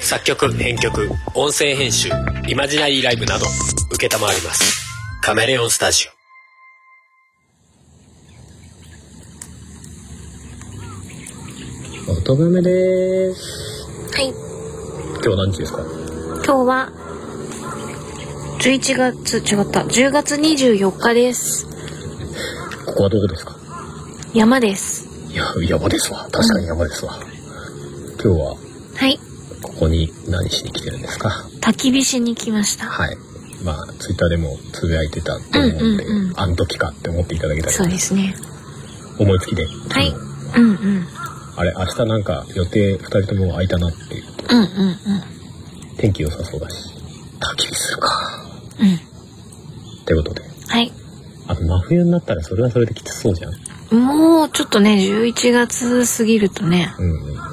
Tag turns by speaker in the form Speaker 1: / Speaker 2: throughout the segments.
Speaker 1: 作曲編曲音声編集イマジナリーライブなど承りますカメレオンスタジオ
Speaker 2: 乙女です。
Speaker 3: はい。
Speaker 2: 今日何日ですか
Speaker 3: 今日は、11月、違った、10月24日です。
Speaker 2: ここはどこですか
Speaker 3: 山です。
Speaker 2: いや、山ですわ。確かに山ですわ。今日は、
Speaker 3: はい。
Speaker 2: ここに何しに来てるんですか
Speaker 3: 焚き火しに来ました。
Speaker 2: はい。まあ、ツイッターでもつぶやいてたと思うんで、
Speaker 3: うんうんうん
Speaker 2: あの時かって思っていただけた
Speaker 3: そう
Speaker 2: ら、
Speaker 3: ですね。
Speaker 2: 思いつきで。
Speaker 3: はい
Speaker 2: うん。
Speaker 3: うんうん。
Speaker 2: あれ、明日なんか予定2人とも空いたなっていうと、
Speaker 3: うんうんうん。
Speaker 2: 天気良さそうだし、焚き火するか。
Speaker 3: うん。
Speaker 2: ってことで。
Speaker 3: はい。
Speaker 2: あと、真冬になったらそれはそれできつそうじゃん。
Speaker 3: もうちょっとね、11月過ぎるとね、
Speaker 2: うんうんうん。
Speaker 3: ま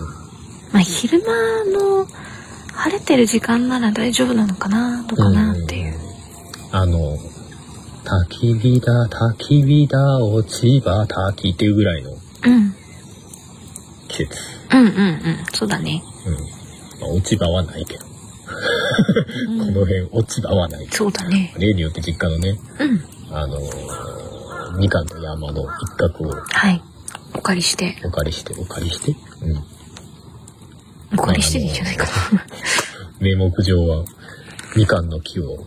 Speaker 3: あ昼間の晴れてる時間なら大丈夫なのかな、どうかなっていう。
Speaker 2: あの、焚き火だ、焚き火だ、落ち葉焚きっていうぐらいの
Speaker 3: うん。
Speaker 2: 季節。
Speaker 3: うんうんうん。そうだね。
Speaker 2: うん。まあ、落ち葉はないけど、こ
Speaker 3: う
Speaker 2: の
Speaker 3: ん、
Speaker 2: 辺落ち葉はない。
Speaker 3: そうだね。
Speaker 2: 例によって実家のね、
Speaker 3: うん。
Speaker 2: あのーみかんの山の一角を
Speaker 3: はい。お借りして。
Speaker 2: お借りして、お借りして、うん。
Speaker 3: お借りしてでいいんじゃないかな。
Speaker 2: 名目上は、みかんの木を、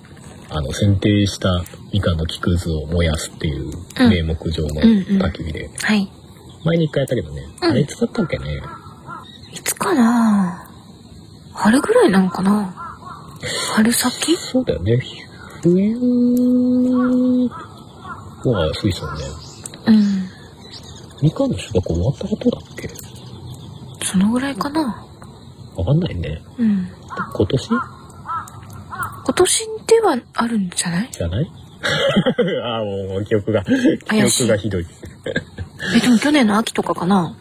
Speaker 2: あの、剪定したみかんの木くずを燃やすっていう
Speaker 3: うん
Speaker 2: 名目上の
Speaker 3: うんうん
Speaker 2: 焚き火で、
Speaker 3: はい。
Speaker 2: 前に一回やったけどね、
Speaker 3: うん
Speaker 2: あれいつだったっけね、
Speaker 3: いつかな春ぐらいなのかな春先
Speaker 2: そうだよね。冬はそうですよね。
Speaker 3: うん。
Speaker 2: みかんの収穫終わった後だっけ
Speaker 3: そのぐらいかな
Speaker 2: わかんないね。
Speaker 3: うん。
Speaker 2: 今年
Speaker 3: 今年ではあるんじゃない
Speaker 2: じゃない ああ、もう記憶が、記
Speaker 3: 怪しい
Speaker 2: 憶がひどい。
Speaker 3: え、でも去年の秋とかかな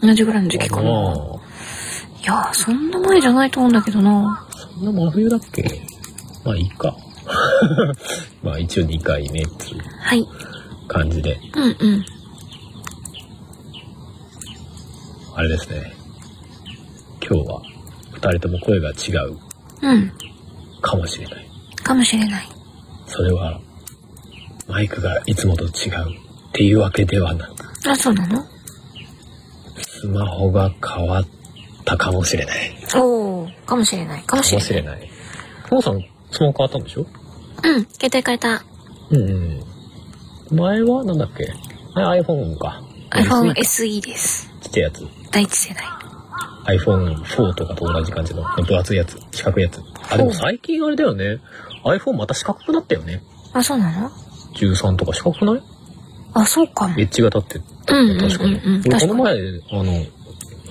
Speaker 3: 同じぐらいの時期か
Speaker 2: あ
Speaker 3: な
Speaker 2: の
Speaker 3: いやー、そんな前じゃないと思うんだけどな
Speaker 2: そんな真冬だっけまあいいか。 まあ一応2回ねっていう
Speaker 3: はい。
Speaker 2: 感じで、
Speaker 3: うんうん。
Speaker 2: あれですね。今日は2人とも声が違う
Speaker 3: うん。
Speaker 2: かもしれない。
Speaker 3: かもしれない。
Speaker 2: それは、マイクがいつもと違うっていうわけではなく、
Speaker 3: あ、そうなの
Speaker 2: スマホが変わったかもしれない。か
Speaker 3: おー、かもしれない。かもし
Speaker 2: も
Speaker 3: れない。
Speaker 2: しれない。父さん、スマホ変わったんでしょ
Speaker 3: うん。携帯変えた。
Speaker 2: うんうん。前はなんだっけあ ?iPhone か。
Speaker 3: iPhone
Speaker 2: ち
Speaker 3: SE です。
Speaker 2: っちゃいやつ。
Speaker 3: 第一世代。
Speaker 2: iPhone4 とかと同じ感じの分厚いやつ、四角いやつ。あ、でも最近あれだよね。iPhone また四角くなったよね。
Speaker 3: あ、そうなの
Speaker 2: 13とか四角くない
Speaker 3: あ、そうかも
Speaker 2: エ。ッジが立って
Speaker 3: うんうんうんうん
Speaker 2: 確かに。俺こ
Speaker 3: 確かに
Speaker 2: の前、あの、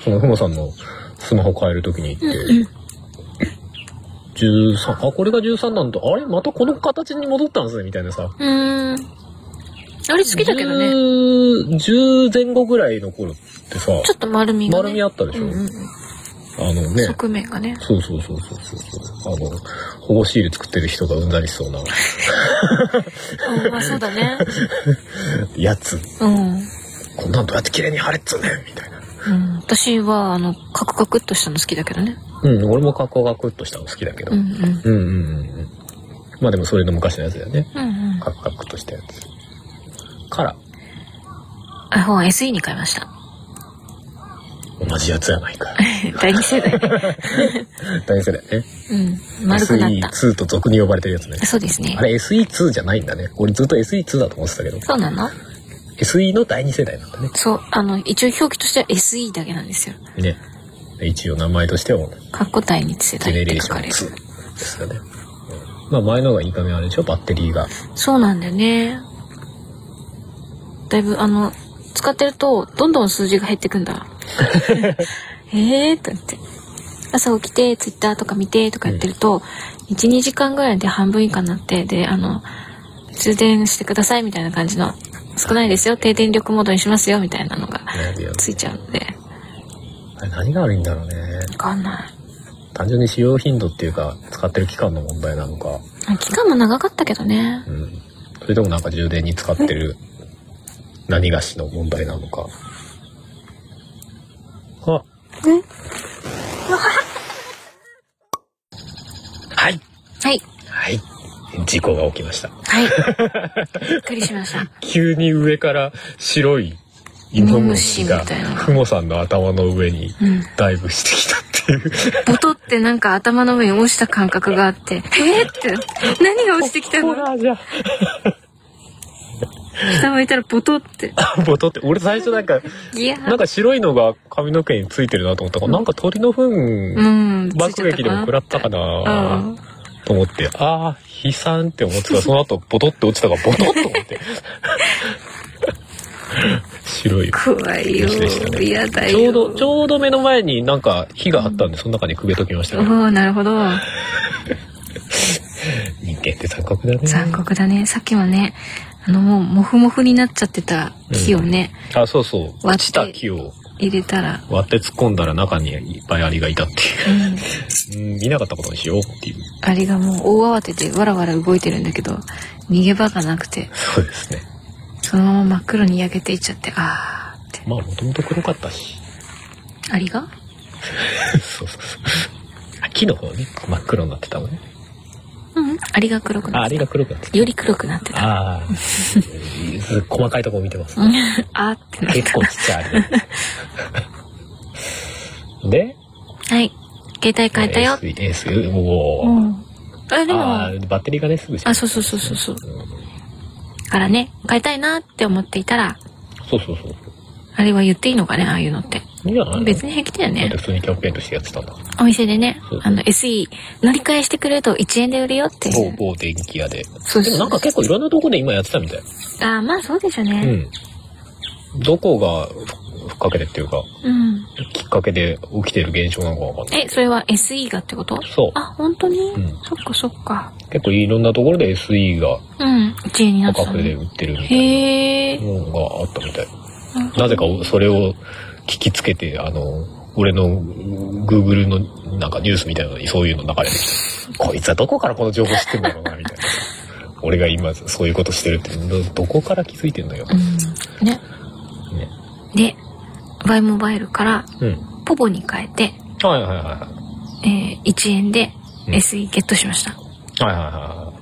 Speaker 2: そのふもさんのスマホ変えるときに行って、13、あ、これが13なんだ。あれまたこの形に戻ったんすねみたいなさ。
Speaker 3: うーん。あれ好きだけどね。
Speaker 2: 10。10前後ぐらいの頃ってさ、
Speaker 3: ちょっと丸みが、ね。
Speaker 2: 丸みあったでしょ、
Speaker 3: うんうん
Speaker 2: あの
Speaker 3: うん、
Speaker 2: ね。
Speaker 3: 側面がね。
Speaker 2: そうそうそうそうそう。あの、保護シール作ってる人がうんざりしそうな
Speaker 3: うん、 あそうだね。
Speaker 2: やつ。
Speaker 3: うん。うん
Speaker 2: こんなんどうやって綺麗に貼れっつうねんみたいな。
Speaker 3: 私は、あの、カクカクっとしたの好きだけどね。
Speaker 2: うん、俺も格好がクッとしたの好きだけど。
Speaker 3: うんうん。
Speaker 2: うんうんうんうん。まあでもそれの昔のやつだよね。
Speaker 3: うんうん。
Speaker 2: カクカクとしたやつ。から、
Speaker 3: iPhone SE に変えました。
Speaker 2: 同じやつやないか。
Speaker 3: 第二世 代。
Speaker 2: 大世代ね。
Speaker 3: うん。丸くなった。
Speaker 2: SE2 と俗に呼ばれてるやつね。
Speaker 3: そうですね
Speaker 2: あ。れ SE2 じゃないんだね。俺ずっと SE2 だと思ってたけど。
Speaker 3: そうなの
Speaker 2: SE の第2世代なんだね。
Speaker 3: そう。あの、一応表記としては SE だけなんですよ。
Speaker 2: ね。一応名前としては、
Speaker 3: カッコ第二世
Speaker 2: ジェ
Speaker 3: 代
Speaker 2: ネ
Speaker 3: っ
Speaker 2: レ
Speaker 3: て
Speaker 2: ー
Speaker 3: 書
Speaker 2: シ
Speaker 3: か
Speaker 2: ョン
Speaker 3: れる。
Speaker 2: 2ですよね。うんまあ前の方がいいかね、あれでしょバッテリーが。
Speaker 3: そうなんだよね。だいぶあの使ってるとどんどん数字が減ってくん だ。えーってなって。朝起きてツイッターとか見てとかやってると、一二1、2時間ぐらいで半分以下になってであの充電してくださいみたいな感じの少ないですよ低電力モードにしますよみたいなのが
Speaker 2: 悩むよね
Speaker 3: ついちゃうんで
Speaker 2: あれ何が悪いんだろうね。
Speaker 3: わかんない。
Speaker 2: 単純に使用頻度っていうか、使ってる期間の問題なのか。
Speaker 3: あ期間も長かったけどね。
Speaker 2: うん。それともなんか充電に使ってる何がしの問題なのか。 あ、
Speaker 3: はい。
Speaker 2: はい。事故が起きました。
Speaker 3: はい。びっくりしました。
Speaker 2: 急に上から白い芋虫が
Speaker 3: 芋虫みたいな
Speaker 2: ふもさんの頭の上に
Speaker 3: うん
Speaker 2: ダイブしてきたっていう、
Speaker 3: ボトってなんか頭の上に落ちた感覚があって、えーって、何が落ちてきた
Speaker 2: ホ
Speaker 3: の
Speaker 2: ラーじゃん
Speaker 3: 下向いたらボトって。
Speaker 2: ボトって俺最初なんか
Speaker 3: ギヤ
Speaker 2: なん
Speaker 3: ー。
Speaker 2: か白いのが髪の毛についてるなと思ったから、なんか鳥の糞、
Speaker 3: うん。ついち
Speaker 2: 爆
Speaker 3: ゃった
Speaker 2: 撃でも食らったか
Speaker 3: う
Speaker 2: なんと思って、ああ、悲惨って思ってたら、その後ボトって落ちたからボトッと思って。白い。
Speaker 3: 怖いよ
Speaker 2: 虫でした。ね
Speaker 3: 嫌だ
Speaker 2: ち
Speaker 3: よ。
Speaker 2: ょうど、ちょうど目の前になんか火があったんで、その中にくげときましたけど、
Speaker 3: おおなるほど。
Speaker 2: 人間って残酷だね。
Speaker 3: 残酷だね。さっきはね、あの、もう、モフモフになっちゃってた木をね、
Speaker 2: あ、そうそう。落
Speaker 3: 割って
Speaker 2: ちた木を
Speaker 3: 入れたら、
Speaker 2: 割って突っ込んだら中にいっぱいアリがいたっていう。うん、見なかったことにしようっていう。
Speaker 3: アリがもう大慌てでわらわら動いてるんだけど、逃げ場がなくて、
Speaker 2: そうですね。
Speaker 3: そのまま真っ黒に焼けていっちゃって、あーって。
Speaker 2: まあ、もともと黒かったし。
Speaker 3: アリが
Speaker 2: そうそうそう。あ木の方ね、真っ黒になってたもんね。
Speaker 3: うん。アリが黒く
Speaker 2: あ、
Speaker 3: な
Speaker 2: あ
Speaker 3: っ
Speaker 2: れ
Speaker 3: て
Speaker 2: が黒くなって
Speaker 3: た。より黒くなってた。
Speaker 2: ああ、細かいとこ見てます。
Speaker 3: うん あーってなっ
Speaker 2: 結構ちっちゃいあれだ。 で、
Speaker 3: た。はい。携帯変えたよ。
Speaker 2: S、お
Speaker 3: う
Speaker 2: お。
Speaker 3: ん。あ、でも、
Speaker 2: あ
Speaker 3: あ
Speaker 2: ーバッテリーがね、すぐし
Speaker 3: そうそうそうそうそう。からね、変えたいなって思っていたら、
Speaker 2: そうそうそう。
Speaker 3: あれは言っていいのかね、ああいうのって。
Speaker 2: いいんじゃない
Speaker 3: 別に平気だよ
Speaker 2: だっ
Speaker 3: ね
Speaker 2: て。普通にキャンペーンとしてやってたんだ。
Speaker 3: お店でね
Speaker 2: そう、
Speaker 3: あの SE 乗り換えしてくれると1円で売るよって。
Speaker 2: 某某電気屋で。
Speaker 3: そう
Speaker 2: で
Speaker 3: そ
Speaker 2: も
Speaker 3: う。
Speaker 2: なんか結構いろんなとこで今やってたみたい。
Speaker 3: あーまあそうでしょう
Speaker 2: う
Speaker 3: ね。
Speaker 2: ん。どこがふふっかけてっていうか、
Speaker 3: うん。
Speaker 2: きっかけで起きてる現象なのかわかんない。
Speaker 3: え、それは SE がってこと
Speaker 2: そう。
Speaker 3: あ、本当に
Speaker 2: うん
Speaker 3: そっかそっか。
Speaker 2: 結構いろんなところで SE が
Speaker 3: うん。1円になって
Speaker 2: 価
Speaker 3: た
Speaker 2: 格で
Speaker 3: ね。
Speaker 2: 売ってるみたい
Speaker 3: へ
Speaker 2: な
Speaker 3: え。
Speaker 2: のがあったみたい。なぜかそれを聞きつけて、あの、俺の Google のなんかニュースみたいなのにそういうの流れてきて、こいつはどこからこの情報知ってんだろうな、みたいな。俺が今そういうことしてるって、どどこから気づいてんのよ。
Speaker 3: うん。ね。
Speaker 2: ね。
Speaker 3: で、Y モバイルから
Speaker 2: うん。
Speaker 3: ポボに変えて、
Speaker 2: はいはいはいは
Speaker 3: えー、1円で
Speaker 2: うん
Speaker 3: SE ゲットしました。
Speaker 2: い。はいはいはいは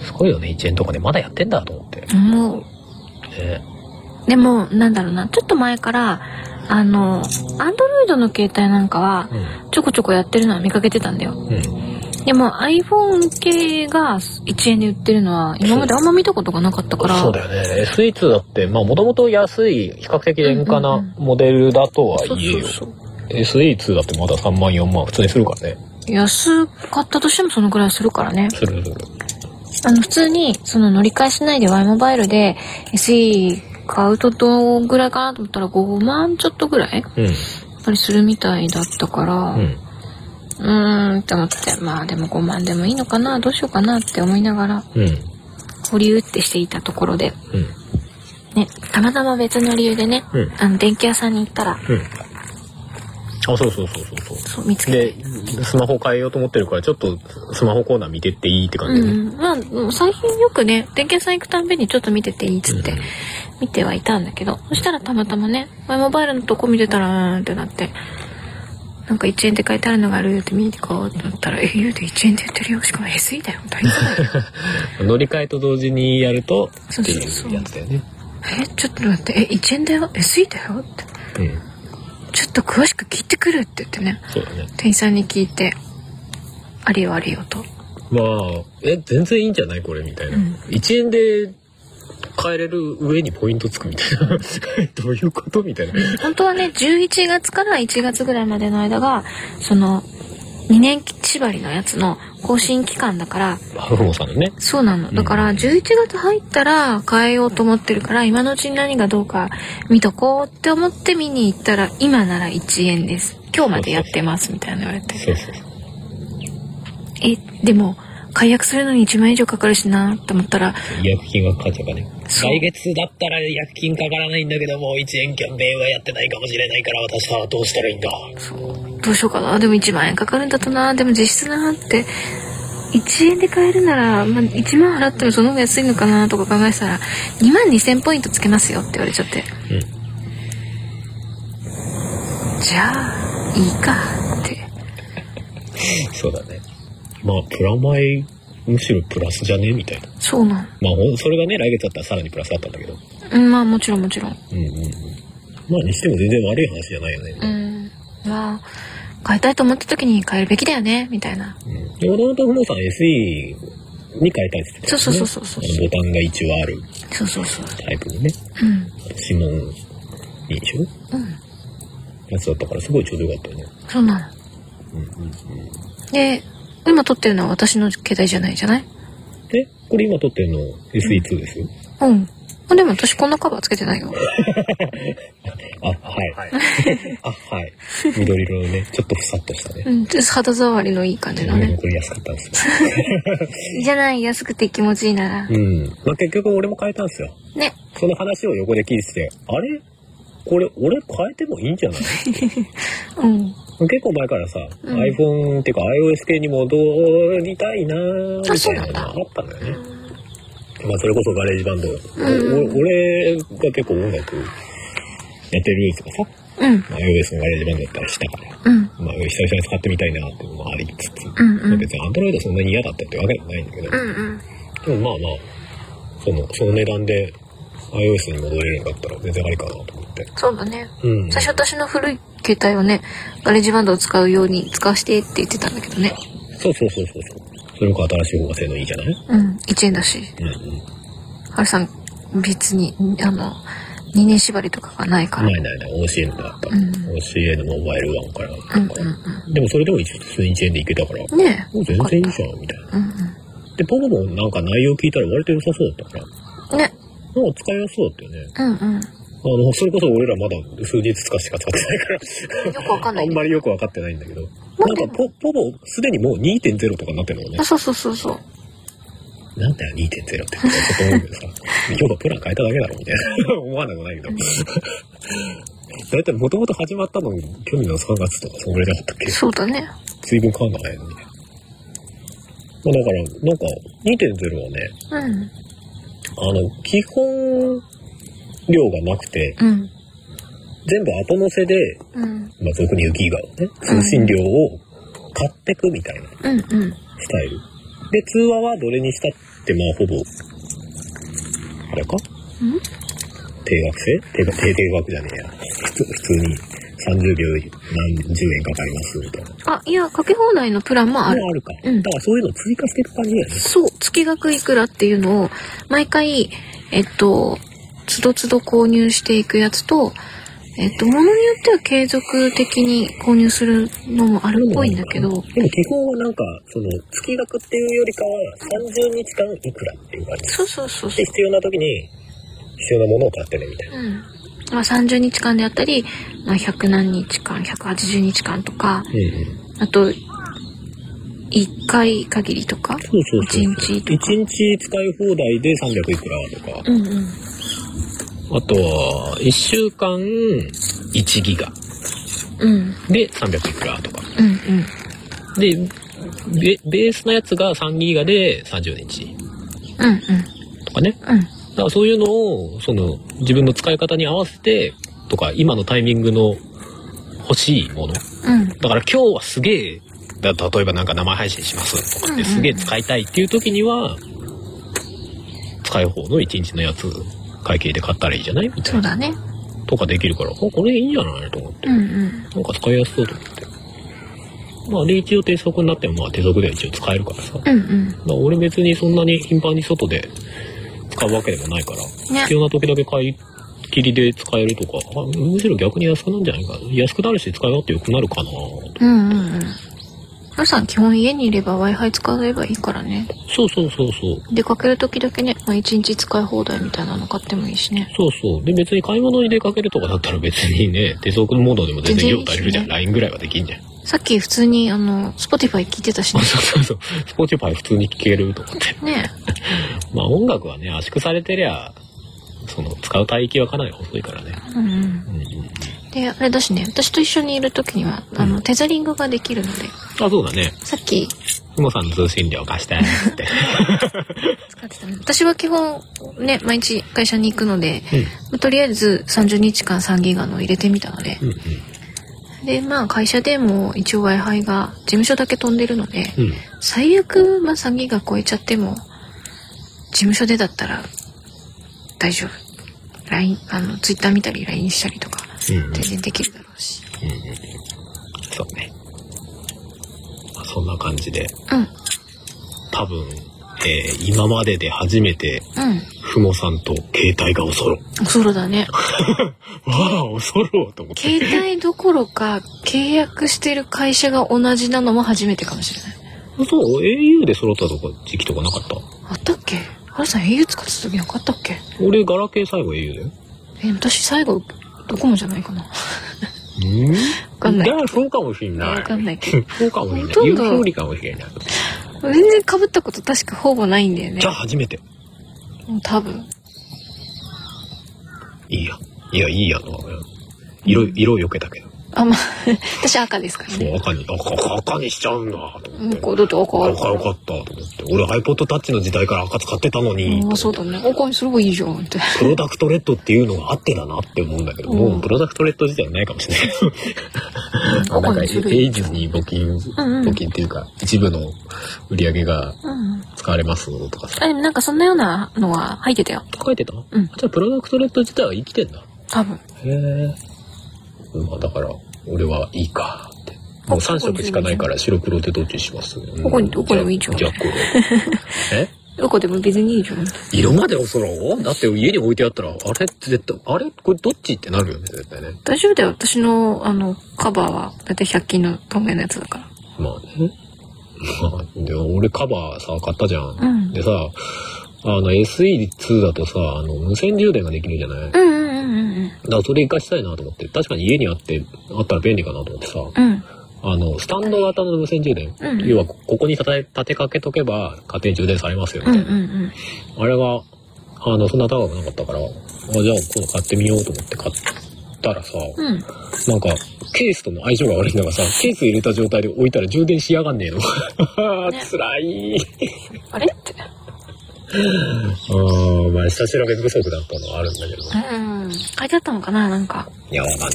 Speaker 2: い。すごいよね、1円とかでまだやってんだと思って。
Speaker 3: もう、
Speaker 2: ね、
Speaker 3: でも、なんだろうな、ちょっと前から、あの、アンドロイドの携帯なんかは、
Speaker 2: う
Speaker 3: ちょこちょこやってるのは見かけてたんだよ。
Speaker 2: ん。うん。
Speaker 3: でも iPhone 系が1円で売ってるのは、今まであんま見たことがなかったから、
Speaker 2: そうだよね。SE2 だって、まあもともと安い、比較的廉価
Speaker 3: うんう
Speaker 2: なんモデルだとは
Speaker 3: そう
Speaker 2: いえ
Speaker 3: そう
Speaker 2: よ。
Speaker 3: そう
Speaker 2: SE2 だってまだ3万4万普通にするからね。
Speaker 3: 安かったとしてもそのくらいするからね。
Speaker 2: するする。
Speaker 3: あの、普通に、その乗り換えしないで Y モバイルで SE 買うとどんぐらいかなと思ったら5万ちょっとぐらいやっ
Speaker 2: う
Speaker 3: ぱりするみたいだったから、
Speaker 2: ん。う。
Speaker 3: うんーんって思って、まあでも5万でもいいのかな、どうしようかなって思いながら、
Speaker 2: うん。
Speaker 3: 保留ってしていたところで、
Speaker 2: うん。
Speaker 3: ね、たまたま別の理由でね、
Speaker 2: うん
Speaker 3: あの、電気屋さんに行ったら、
Speaker 2: うん。あ、そうそうそうそうそ
Speaker 3: そう見つ
Speaker 2: う。
Speaker 3: けて、
Speaker 2: で、スマホ変えようと思ってるから、ちょっとスマホコーナー見てっていいって感じ
Speaker 3: う
Speaker 2: でね。
Speaker 3: ん、まあもう最近よくね電気屋さん行くたんびにちょっと見てていいっつって見てはいたんだけどそしたらたまたまねマイモバイルのとこ見てたらうーんってなってなんか1円って書いてあるのがあるよって見に行こうってなったら au で1円で売ってるよしかも SE だよ大変だよ
Speaker 2: 乗り換えと同時にやると、
Speaker 3: そ
Speaker 2: っ
Speaker 3: う
Speaker 2: て
Speaker 3: そうそう
Speaker 2: いうやつだよね。
Speaker 3: えちょっと待ってえ1円だよ SE だよって
Speaker 2: うん。
Speaker 3: ちょっと詳しく聞いてくるって言ってね
Speaker 2: そうだね。
Speaker 3: 店員さんに聞いてありよありよと
Speaker 2: まあ、え、全然いいんじゃないこれみたいな。
Speaker 3: うん
Speaker 2: 1円で変えれる上にポイントつくみたいな。 どういうことみたいな。
Speaker 3: 本当はね11月から1月ぐらいまでの間がその2年縛りのやつの更新期間だから
Speaker 2: ハフモさんの ね。
Speaker 3: そうなのだから11月入ったら変えようと思ってるから今のうちに何がどうか見とこうって思って見に行ったら今なら1円です今日までやってますみたいなの言われて
Speaker 2: そうそうそう。
Speaker 3: えでも解約するのに1万円以上かかるしなって思ったら
Speaker 2: 医薬品がかかっちゃうからね。
Speaker 3: そう
Speaker 2: 来月だったら医薬品かからないんだけども、1円キャンペーンはやってないかもしれないから、私はどうしたらいいんだ。
Speaker 3: そうどうしようかなでも1万円かかるんだとなでも実質なって1円で買えるなら、まあ、1万払ってもその方が安いのかなとか考えてたら2万2000ポイントつけますよって言われちゃって
Speaker 2: うん。
Speaker 3: じゃあいいかって
Speaker 2: そうだね。まあ、プラマイ、むしろプラスじゃねみたいな。
Speaker 3: そうな
Speaker 2: ま
Speaker 3: ん。
Speaker 2: あ、ほんそれがね、来月だったらさらにプラスだったんだけど。
Speaker 3: うん、まあもちろんもちろん。
Speaker 2: うんうんうん。まあ、にしても全然悪い話じゃないよね。
Speaker 3: うん。まあ、変えたいと思った時に変えるべきだよね、みたいな。
Speaker 2: うん。で、もともとふもさん SE に変えたいって言ってたよね
Speaker 3: そうそうそうそうそう
Speaker 2: あのボタンが一応ある
Speaker 3: そうそうそう。
Speaker 2: タイプのね、
Speaker 3: うん。
Speaker 2: 指紋認証
Speaker 3: うん。
Speaker 2: やつだったから、すごいちょうどよかったよね。
Speaker 3: そうな
Speaker 2: う
Speaker 3: の。
Speaker 2: んうんうん。
Speaker 3: で、今撮ってるのは私の携帯じゃないじゃない
Speaker 2: で、これ今撮ってるの SE2 ですよ。
Speaker 3: うん。あ、でも私こんなカバーつけてないよ。
Speaker 2: あ、はい。 あ、はい。緑色のね、ちょっとふさっとしたね。
Speaker 3: うん。肌触りのいい感じだ
Speaker 2: うん
Speaker 3: ね。
Speaker 2: これ安かったんですよ。
Speaker 3: じゃない、安くて気持ちいいなら。
Speaker 2: うん。まあ、結局俺も変えたんですよ。
Speaker 3: ね。
Speaker 2: その話を横で聞いてて、あれこれ俺変えてもいいんじゃない結
Speaker 3: うん。
Speaker 2: 構前からさ、
Speaker 3: うん
Speaker 2: iPhone っていうか iOS 系に戻りたいなーみたいなのがあったのよね。まあそれこそガレージバンド。
Speaker 3: うん
Speaker 2: お俺が結構音楽やってるとか
Speaker 3: うん。
Speaker 2: さ、iOS のガレージバンドだったりしたから。
Speaker 3: うん。
Speaker 2: まあ、久々に使ってみたいなっていうのもありつつ、
Speaker 3: うんうん
Speaker 2: 別に Android そんなに嫌だったってわけでもないんだけど、
Speaker 3: うんうん。
Speaker 2: でもまあまあ、その、その値段で iOS に戻れるんだったら全然ありかなと思って。
Speaker 3: そうだね。
Speaker 2: うん。
Speaker 3: 最初私の古い携帯をね、ガレージバンドを使うように使わせてって言ってたんだけどね。
Speaker 2: そうそうそうそうそう。それよく新しい方が性能いいじゃない
Speaker 3: うん。1円だし。
Speaker 2: うんうん。
Speaker 3: はるさん、別に、あの、2年縛りとかがないから。
Speaker 2: ないないない、OCN だった。
Speaker 3: うん
Speaker 2: OCN モバイルワンからだ
Speaker 3: うん
Speaker 2: ったか
Speaker 3: う
Speaker 2: ら。
Speaker 3: ん
Speaker 2: でもそれでも一応普通に1円でいけたから、
Speaker 3: うん。ねえ。
Speaker 2: もう全然いいじゃん、みたいな。
Speaker 3: うん
Speaker 2: で、ポゴもなんか内容聞いたら割と良さそうだったから、
Speaker 3: うん。ね。
Speaker 2: なんか使いやすそうだったよね。
Speaker 3: うんうん。
Speaker 2: あの、それこそ俺らまだ数日しか使ってないから、
Speaker 3: よくわかんな
Speaker 2: あ
Speaker 3: い
Speaker 2: ん
Speaker 3: ね。
Speaker 2: まりよくわかってないんだけど。
Speaker 3: まあ
Speaker 2: なんかポ、ポボ、すでにもう2.0とかになってるのがね
Speaker 3: あ、。そうそうそうそう。
Speaker 2: なんだよ、2.0って。ち ょっと思うけどさ。今日プラン変えただけだろ、みたいな。 思わなくないけど。だいたいもともと始まったの、去年の3月とか、そんぐらいだったっけ
Speaker 3: そうだね。
Speaker 2: 随分変わんないのね。まあだから、なんか、2.0はね、
Speaker 3: うん。
Speaker 2: あの、基本量がなくて、
Speaker 3: うん。
Speaker 2: 全部後乗せで、
Speaker 3: うん。
Speaker 2: まあ、俗に言うギガをね、通信量を買ってくみたいな
Speaker 3: うんうん。
Speaker 2: スタイル。で、通話はどれにしたって、まあ、ほぼ、あれか定額制定額、定定額じゃねえや。普通普通に30秒何十円かかりますみたいな。
Speaker 3: あ、いや、かけ放題のプランも
Speaker 2: あ
Speaker 3: あ
Speaker 2: れ
Speaker 3: る。
Speaker 2: あるか。
Speaker 3: うん
Speaker 2: だからそういうの追加していく感じだよね。
Speaker 3: そう、月額いくらっていうのを、毎回、えっと、つどつど購入していくやつと、えっと、ものによっては継続的に購入するのもあるっぽいんだけど、
Speaker 2: でも基本はなんか、その、月額っていうよりかは、30日間いくらっていう感じ。
Speaker 3: そうそうそうそ
Speaker 2: で、
Speaker 3: う。
Speaker 2: 必要な時に、必要なものを買ってね、みたいな。
Speaker 3: うん。まあ、30日間であったり、まあ、100何日間、180日間とか、
Speaker 2: うんうん。
Speaker 3: あと、1回限りとか。
Speaker 2: そうそうそう。
Speaker 3: 一日とか
Speaker 2: 一日使い放題で300いくらとか。
Speaker 3: うんうん。
Speaker 2: あとは、1週間1ギガ
Speaker 3: うん。
Speaker 2: で300いくらとか。
Speaker 3: うんうん。
Speaker 2: で、ベベースのやつが3ギガで30日
Speaker 3: うんうん。
Speaker 2: とかね。
Speaker 3: うん。
Speaker 2: だからそういうのを、その、自分の使い方に合わせて、とか、今のタイミングの欲しいもの。だ
Speaker 3: うん。
Speaker 2: から今日はすげえ、だ例えばなんか生配信しますとかって
Speaker 3: うんうん
Speaker 2: すげえ使いたいっていう時には、使い方の1日のやつ、会計で買ったらいいじゃないみたい
Speaker 3: そう
Speaker 2: な。
Speaker 3: だね。
Speaker 2: とかできるから、あこれいいんじゃないと思って。
Speaker 3: うんうん。
Speaker 2: なんか使いやすそうと思って。まあ、で、一応低速になっても、まあ、低速では一応使えるからさ。だか
Speaker 3: うんうん。
Speaker 2: ら俺別にそんなに頻繁に外で使うわけでもないから、
Speaker 3: ね
Speaker 2: 必要な時だけ買い切りで使えるとか、あむしろ逆に安くなんじゃないか。安くなるし使い勝手良くなるかな
Speaker 3: うんうんうん。皆さん基本家にいれば Wi-Fi 使えばいいからね。
Speaker 2: そうそうそうそう。
Speaker 3: 出かける時だけね、まあ、1日使い放題みたいなの買ってもいいしね。
Speaker 2: そうそう。で、別に買い物に出かけるとかだったら別にね、 低速モードでも全然用足りるじゃん。
Speaker 3: 全
Speaker 2: LINE ぐらいはできんじゃん。
Speaker 3: さっき普通にあの、Spotify 聞いてたし
Speaker 2: そ
Speaker 3: ね
Speaker 2: う。そうそう。スポーティファイ普通に聴けると思って。
Speaker 3: ね
Speaker 2: まあ音楽はね、圧縮されてりゃ、その使う帯域はかなり細いからね。
Speaker 3: え。うんうん。
Speaker 2: うんうん。
Speaker 3: で、あれだしね、私と一緒にいる時には、あの、テザリングができるので、
Speaker 2: あ、そうだね。
Speaker 3: さっき
Speaker 2: ふもさんの通信料貸してって。
Speaker 3: 使ってたの。私は基本、ね、毎日会社に行くので、
Speaker 2: うん
Speaker 3: まあとりあえず30日間3ギガのを入れてみたので、
Speaker 2: うんうん。
Speaker 3: でまあ会社でも一応 w i f i が事務所だけ飛んでるので、
Speaker 2: うん。
Speaker 3: 最悪、まあ、3ギガ超えちゃっても事務所でだったら大丈夫 LINE あの Twitter 見たり LINE したりとか
Speaker 2: うん
Speaker 3: 全然できるだろうし
Speaker 2: そうね。まあそんな感じで、
Speaker 3: うんうん
Speaker 2: 多分、えー今までで初めて、ふもさんと携帯がおそろ。
Speaker 3: おそろだね
Speaker 2: わあ、おそろと思って。
Speaker 3: 携帯どころか契約してる会社が同じなのも初めてかもしれない
Speaker 2: そう、au で揃ったとか、時期とかなかった
Speaker 3: あったっけハルさん au 使ってた時なかったっけ
Speaker 2: 俺、ガラケー最後 au だよ。
Speaker 3: え私最後ドコモじゃないかな
Speaker 2: うん
Speaker 3: かんない
Speaker 2: や、そうかもしんない。
Speaker 3: わかんないけど
Speaker 2: そうかもしん
Speaker 3: ほ
Speaker 2: ない。
Speaker 3: と
Speaker 2: 言う
Speaker 3: んど
Speaker 2: 通りかもしれない。
Speaker 3: 全然被ったこと確かほぼないんだよね
Speaker 2: じゃあ、初めて。
Speaker 3: もう多分
Speaker 2: いいや。いや、いいやの。色、色よけたけど。
Speaker 3: あ まあ私赤ですからね
Speaker 2: そう、赤に、赤、赤赤にしちゃうんだ、と思って。
Speaker 3: 向こうだって赤あるか
Speaker 2: 赤
Speaker 3: ら
Speaker 2: よかったと思って俺 iPod Touch の時代から赤使ってたのに
Speaker 3: ああそうだね赤にすればいいじゃん って
Speaker 2: プロダクトレッドっていうのがあってだなって思うんだけど、
Speaker 3: うん
Speaker 2: もうプロダクトレッド自体ないかもしれないけどなんか
Speaker 3: 赤にする
Speaker 2: エイジズに募金、
Speaker 3: んうん
Speaker 2: 募金っていうか一部の売り上げが
Speaker 3: うん
Speaker 2: 使われますとかさ
Speaker 3: あでもなんかそんなようなのは入ってたよ
Speaker 2: 書いてた、うんじゃあプロダクトレッド自体は生きてんだ
Speaker 3: 多分
Speaker 2: へえまあだから俺はいいかってもう3色しかないから白黒でどっちにしますこ
Speaker 3: こにどこにもいいじゃん
Speaker 2: じゃあこれえ
Speaker 3: どこでも別にいいじゃんって
Speaker 2: 色までおそろだって家に置いてあったら、あれ絶対、あれこれどっちってなるよね、絶対ね。
Speaker 3: 大丈夫だよ私のあのカバーはだいたい100均の透明のやつだから
Speaker 2: まあね。まあ、でも俺カバーさ、買ったじゃん。
Speaker 3: うん
Speaker 2: でさ、あの SE2 だとさ、あの無線充電ができるじゃないだか
Speaker 3: うんうんうんうん
Speaker 2: らそれ活かしたいなと思って、確かに家にあって、あったら便利かなと思ってさ、
Speaker 3: うん
Speaker 2: あの、スタンド型の無線充電。
Speaker 3: うん
Speaker 2: 要は、ここに立て立てかけとけば、勝手に充電されますよ、み
Speaker 3: う
Speaker 2: たい
Speaker 3: ん
Speaker 2: な。
Speaker 3: うん
Speaker 2: あれが、あの、そんな高くなかったから、あじゃあ今度買ってみようと思って買ったらさ、
Speaker 3: うんう
Speaker 2: な
Speaker 3: ん
Speaker 2: んか、ケースとの相性が悪いんだがさ、ケース入れた状態で置いたら充電しやがんねえの。
Speaker 3: ね
Speaker 2: 辛い。
Speaker 3: あれって
Speaker 2: うん、まあ、下調べ不足だったのはあるんだけど。
Speaker 3: うん書いてあったのかななんか
Speaker 2: いや、わかんない。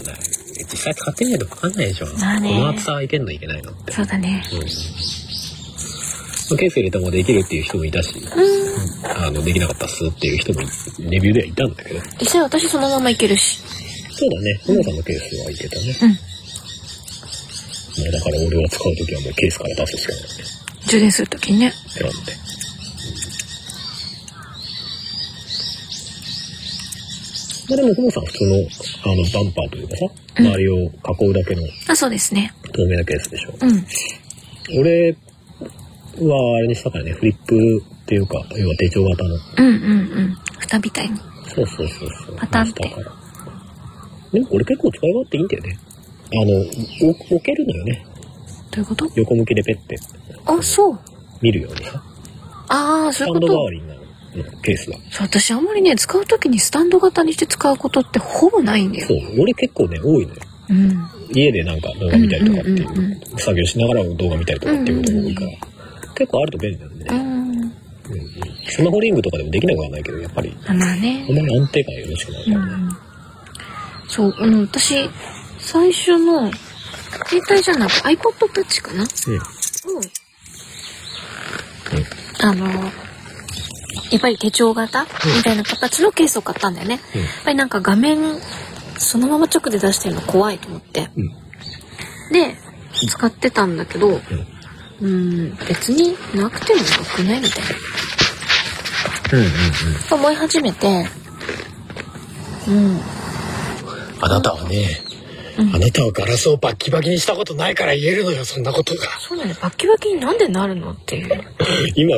Speaker 2: 実際使ってみないとわかんないでしょ。こ
Speaker 3: まあね
Speaker 2: の厚さはいけんのいけないのって。
Speaker 3: そうだね
Speaker 2: うん。ケース入れたもできるっていう人もいたし、
Speaker 3: うん
Speaker 2: あの、できなかったっすっていう人もレビューではいたんだけど。
Speaker 3: 実際私そのままいけるし
Speaker 2: そうだね。ふもさんのケースはいけたね。
Speaker 3: うん
Speaker 2: もうだから俺は使うときはもうケースから出すしかないね。
Speaker 3: 充電するときにね
Speaker 2: 選んで。まあでも、ふもさんは普通の、あの、バンパーというかさ、
Speaker 3: うん
Speaker 2: 周りを囲うだけの
Speaker 3: あそうですね
Speaker 2: 透明なケースでしょ。
Speaker 3: うん
Speaker 2: 俺は、あれにしたからね、フリップっていうか、要は手帳型の。
Speaker 3: うんうんうん蓋みたいに
Speaker 2: そうそうそうそう。
Speaker 3: パタンって
Speaker 2: にしたから。でも、俺結構使い勝手いいんだよね。あの、お置けるのよね。
Speaker 3: どういうこと
Speaker 2: 横向きでペッて
Speaker 3: あそう
Speaker 2: 見るようにさ。
Speaker 3: ああそ
Speaker 2: ス
Speaker 3: うい
Speaker 2: タ
Speaker 3: う
Speaker 2: ン
Speaker 3: こ
Speaker 2: ド
Speaker 3: と
Speaker 2: 代わりになるうんケースが。
Speaker 3: そう私あんまりね使う時にスタンド型にして使うことってほぼないんだよ
Speaker 2: そう。俺結構ね、多いのよ。
Speaker 3: うん
Speaker 2: 家でなんか動画見たりとかっていう,、
Speaker 3: うんうんうん
Speaker 2: 作業しながら動画見たりとかっていうことが多いから、結構あると便利なんで
Speaker 3: う
Speaker 2: ね、
Speaker 3: ん
Speaker 2: うんうんスマホリングとかでもできなくはないけどやっぱり
Speaker 3: あまあ
Speaker 2: あん
Speaker 3: ね
Speaker 2: まり安定感よろしくないか
Speaker 3: う
Speaker 2: らね、
Speaker 3: んそうあの私最初の携帯じゃなく iPod タッチかな
Speaker 2: うん
Speaker 3: をあのやっぱり手帳型みたいな形のケースを買ったんだよね、
Speaker 2: うん
Speaker 3: やっぱりなんか画面そのまま直で出してるの怖いと思って、
Speaker 2: うん
Speaker 3: で使ってたんだけど、うーん、別になくてもよくないみたいな
Speaker 2: うんうんうん
Speaker 3: 思い始めてうん
Speaker 2: あなたはね、
Speaker 3: うん
Speaker 2: あなたはガラスをバッキバキにしたことないから言えるのよそんなこと が
Speaker 3: そうだねバッキバキになんでなるのっていう
Speaker 2: 今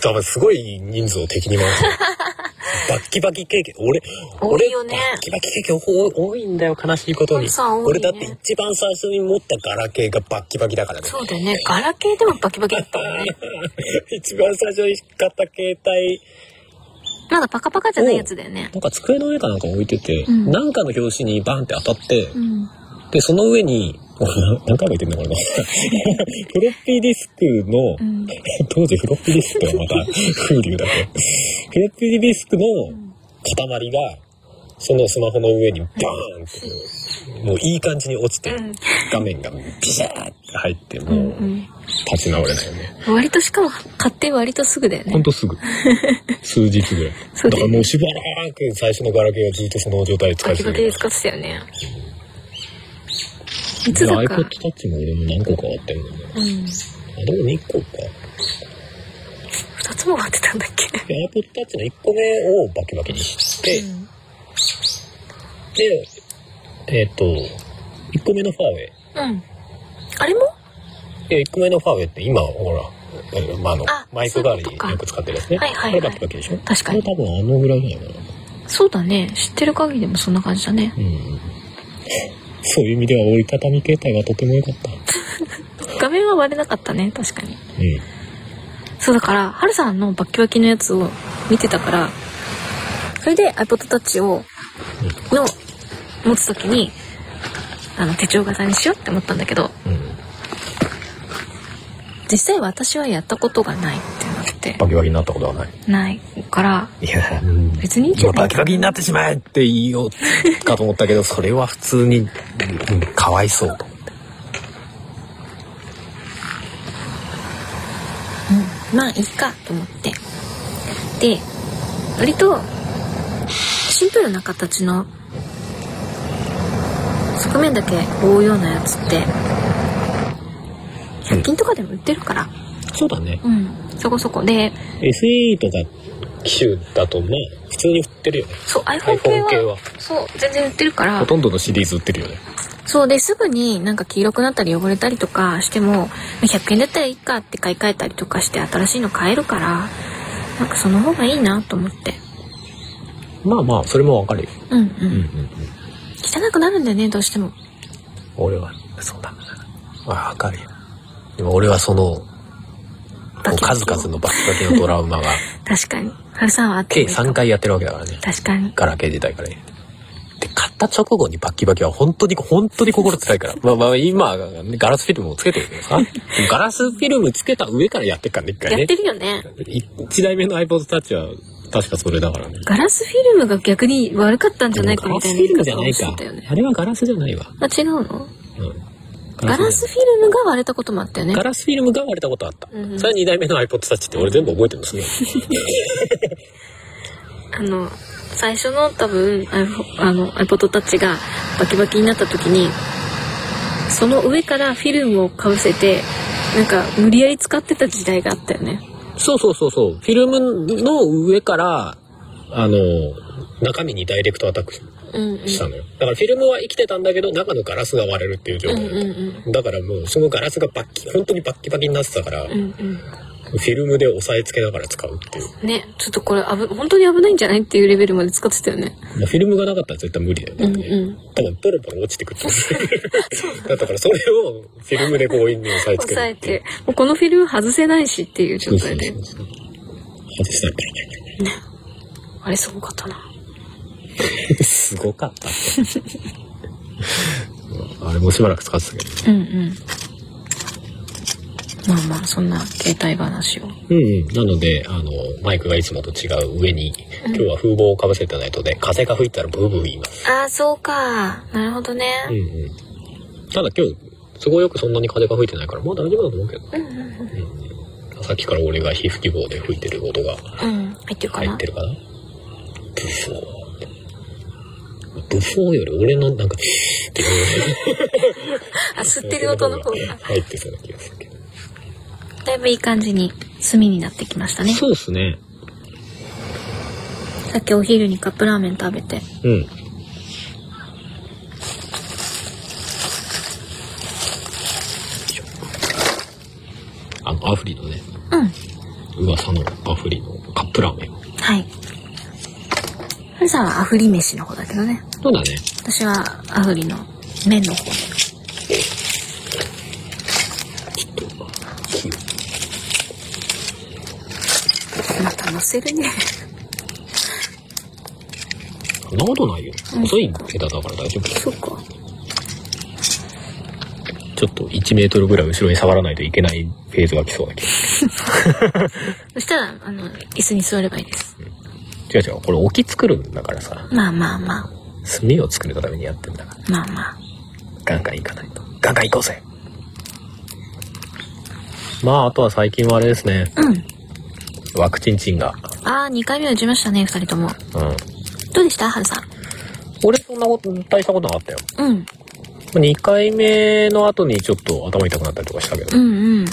Speaker 2: 多分すごい人数を敵に回 すバッキバキ経験俺
Speaker 3: 多いよね
Speaker 2: 俺バッキバキ経験多多いんだよ悲しいことに、
Speaker 3: さん多
Speaker 2: 俺
Speaker 3: いね
Speaker 2: だって一番最初に持ったガラケーがバッキバキだからね
Speaker 3: そうだよねガラケーでもバキバキだったもんね
Speaker 2: 一番最初に買った携帯
Speaker 3: まだパカパカじゃないやつだよね
Speaker 2: なんか机の上かなんか置いてて、
Speaker 3: うん
Speaker 2: なんかの拍子にバンって当たって、
Speaker 3: うん
Speaker 2: でその上に 何回も言ってんだこれな フロッピーディスクの、
Speaker 3: うん
Speaker 2: 当時フロッピーディスクはまた風流だけどフロッピーディスクの塊がそのスマホの上にバーンってこう、もういい感じに落ちて
Speaker 3: うん、
Speaker 2: 画面がビシャーって入って、
Speaker 3: う
Speaker 2: も
Speaker 3: ん
Speaker 2: う
Speaker 3: うん。
Speaker 2: 立ち直れないよね。
Speaker 3: 割としかも買って割とすぐだよ
Speaker 2: ほん
Speaker 3: ね。
Speaker 2: と すぐ。数日ぐらい。
Speaker 3: そ
Speaker 2: だ
Speaker 3: うだ
Speaker 2: か
Speaker 3: よ
Speaker 2: ら
Speaker 3: ね
Speaker 2: もうしばらく最初のガラケーはずっとその状態で使
Speaker 3: バ
Speaker 2: い
Speaker 3: キバ
Speaker 2: 続
Speaker 3: キ
Speaker 2: け
Speaker 3: で
Speaker 2: て
Speaker 3: 使ってたよね。
Speaker 2: た。
Speaker 3: いつだか。
Speaker 2: で iPod Touch も俺も何個かあってんだよね。
Speaker 3: うん。
Speaker 2: あ、でも2個か。
Speaker 3: 二つも買ってたんだっけ。
Speaker 2: で iPod Touch の1個目をバキバキにして、
Speaker 3: うん
Speaker 2: で、えっ、と、1個目のファーウェイ。
Speaker 3: うん。あれも
Speaker 2: いや、1個目のファーウェイって今、ほら、えまあ、あの
Speaker 3: あ、
Speaker 2: マイク代わり
Speaker 3: そう
Speaker 2: に
Speaker 3: いうことか
Speaker 2: よく使ってるやつね。
Speaker 3: はいはいはい
Speaker 2: これバキバキでしょ
Speaker 3: 確かに
Speaker 2: これ多分あのぐらいじゃないかな。
Speaker 3: そうだね。知ってる限りでもそんな感じだね。
Speaker 2: うん。そういう意味では折りたたみ携帯がとても良かった。
Speaker 3: 画面は割れなかったね。確か
Speaker 2: う
Speaker 3: に。
Speaker 2: ん。
Speaker 3: そうだから、はるさんのバッキバキのやつを見てたから、それで iPod Touch を、の、持つときに、あの、手帳型にしようって思ったんだけど、
Speaker 2: うん。
Speaker 3: 実際私はやったことがないってなって、
Speaker 2: バキバキになったことはない。
Speaker 3: ないから、
Speaker 2: いや、うん
Speaker 3: 別にいいんじゃ
Speaker 2: 今
Speaker 3: ない
Speaker 2: バキバキになってしまえって言いようかと思ったけど、それは普通に、うんかわいそうと思って。
Speaker 3: まあいいかと思って。で、割と、シンプルな形の側面だけ覆うようなやつって、100均とかでも売ってるから、
Speaker 2: そうだね。
Speaker 3: うん、そこそこで、
Speaker 2: SE とか機種だとね、普通に売ってるよね。
Speaker 3: そう、iPhone 系は、
Speaker 2: iPhone 系は
Speaker 3: そう、全然売ってるから
Speaker 2: ほ、とんどのシリーズ売ってるよね。
Speaker 3: そうで、すぐになんか黄色くなったり汚れたりとかしても、100円だったらいいかって買い替えたりとかして新しいの買えるから、なんかその方がいいなと思って。
Speaker 2: まあまあ、それもわかるよ。
Speaker 3: うんう
Speaker 2: うんうん
Speaker 3: ん。
Speaker 2: うん。
Speaker 3: 汚くなるんだよね、どうしても。
Speaker 2: 俺は、そうだ。まあ、わかるよ。でも俺はその、
Speaker 3: バキバキ
Speaker 2: 数々のバキバキのトラウマが、
Speaker 3: 確かに。春さんはあって
Speaker 2: 計
Speaker 3: もいいか
Speaker 2: 3回やってるわけだからね。
Speaker 3: 確かに。
Speaker 2: ガラケー時代からね。で、買った直後にバッキバキは本当に、本当に心辛いから。まあまあ、今、ガラスフィルムをつけてるけどさ。でもガラスフィルムつけた上からやってっからね、一回
Speaker 3: や
Speaker 2: ね
Speaker 3: って。るよね。
Speaker 2: 1台目の iPod Touch は、確かそれだからね。
Speaker 3: ガラスフィルムが逆に悪かったんじゃないか
Speaker 2: ガラ
Speaker 3: みた
Speaker 2: ス
Speaker 3: い
Speaker 2: フィ
Speaker 3: な言い
Speaker 2: ルムじゃ
Speaker 3: 方
Speaker 2: な
Speaker 3: を
Speaker 2: い
Speaker 3: して
Speaker 2: か
Speaker 3: たよね。。
Speaker 2: あれはガラスじゃないわ。
Speaker 3: あ、違うの
Speaker 2: うん。
Speaker 3: ガラスフィルムが割れたこともあったよね
Speaker 2: ガ。ラスフィルムが割れたことあった。
Speaker 3: うんうん
Speaker 2: それは2代目の iPod Touch って俺全部覚えてるんですね。
Speaker 3: あの、最初の多分、iPhone- あの、iPod Touch がバキバキになった時に、その上からフィルムをかぶせて、なんか無理やり使ってた時代があったよね。
Speaker 2: そうそうそうそう。フィルムの上から、あの、中身にダイレクトアタックし
Speaker 3: うんうん。
Speaker 2: たのよ。だからフィルムは生きてたんだけど、中のガラスが割れるっていう状
Speaker 3: うん
Speaker 2: 態。
Speaker 3: うんうん。
Speaker 2: だからもうそのガラスがバッキ、本当にバッキバキになってたから、
Speaker 3: うんうん。
Speaker 2: フィルムで押さえつけながら使うっていう。
Speaker 3: ね、ちょっとこれ危、本当に危ないんじゃないっていうレベルまで使ってたよね。
Speaker 2: まあフィルムがなかったら絶対無理だよね。
Speaker 3: うんうん。
Speaker 2: 多分ポロポロ落ちてくっていう。だからそれをフィルムで強引に押さえつけ
Speaker 3: 抑
Speaker 2: る
Speaker 3: え
Speaker 2: っていう
Speaker 3: て。、もうこのフィルム外せないしっていう
Speaker 2: そ
Speaker 3: 状
Speaker 2: うそ
Speaker 3: 態
Speaker 2: う
Speaker 3: で
Speaker 2: そ。うそう。外したくない。
Speaker 3: あれすごかったな。
Speaker 2: すごかったって。あれもしばらく使ってたけど。
Speaker 3: うんうん。まあまあ、そんな携帯話を。
Speaker 2: うんうん。なので、あの、マイクがいつもと違う上に、今日は風防をかぶせてないとで、風が吹いたらブーブー言います。
Speaker 3: ああ、そうか。なるほどね。
Speaker 2: うんうん。ただ今日、すごいよくそんなに風が吹いてないから、まあ大丈夫だと思うけど。
Speaker 3: うんうん
Speaker 2: うんうん、さっきから俺が皮膚希望で吹いてる音が
Speaker 3: うん。うん。入ってるか
Speaker 2: 入
Speaker 3: な
Speaker 2: ってるかな。ブフォー。ブフォーより俺のなんか、っていう
Speaker 3: あ、吸ってる音の方が。
Speaker 2: 入ってそうな気がするけど。
Speaker 3: だいぶいい感じに、炭になってきましたね。
Speaker 2: そうですね。
Speaker 3: さっきお昼にカップラーメン食べて。
Speaker 2: うん。あの、アフリのね、
Speaker 3: うん。
Speaker 2: 噂のアフリのカップラーメン。
Speaker 3: はい。はるさんはアフリ飯の方だけどね。
Speaker 2: そうだね。
Speaker 3: 私はアフリの麺の方で。また乗せるね。
Speaker 2: そんなことないよ。
Speaker 3: うん
Speaker 2: 細い枝だから大丈夫だよ。
Speaker 3: そうか。
Speaker 2: ちょっと1メートルぐらい後ろに下がらないといけないフェーズが来そうだけど。
Speaker 3: そしたら、あの、椅子に座ればいいです。
Speaker 2: 違う違う、これ沖作るんだからさ、
Speaker 3: まあまあまあ。
Speaker 2: 炭を作るためにやってんだから、
Speaker 3: まあまあ。
Speaker 2: ガンガン行かないと。ガンガン行こうぜまあ、あとは最近はあれですね、
Speaker 3: うん。
Speaker 2: ワクチンチンが。
Speaker 3: ああ、2回目打ちましたね、二人とも。
Speaker 2: うん。
Speaker 3: どうでしたハルさん。
Speaker 2: 俺そんなこと、大したことなかったよ。
Speaker 3: うん。
Speaker 2: 2回目の後にちょっと頭痛くなったりとかしたけど
Speaker 3: う。んうん。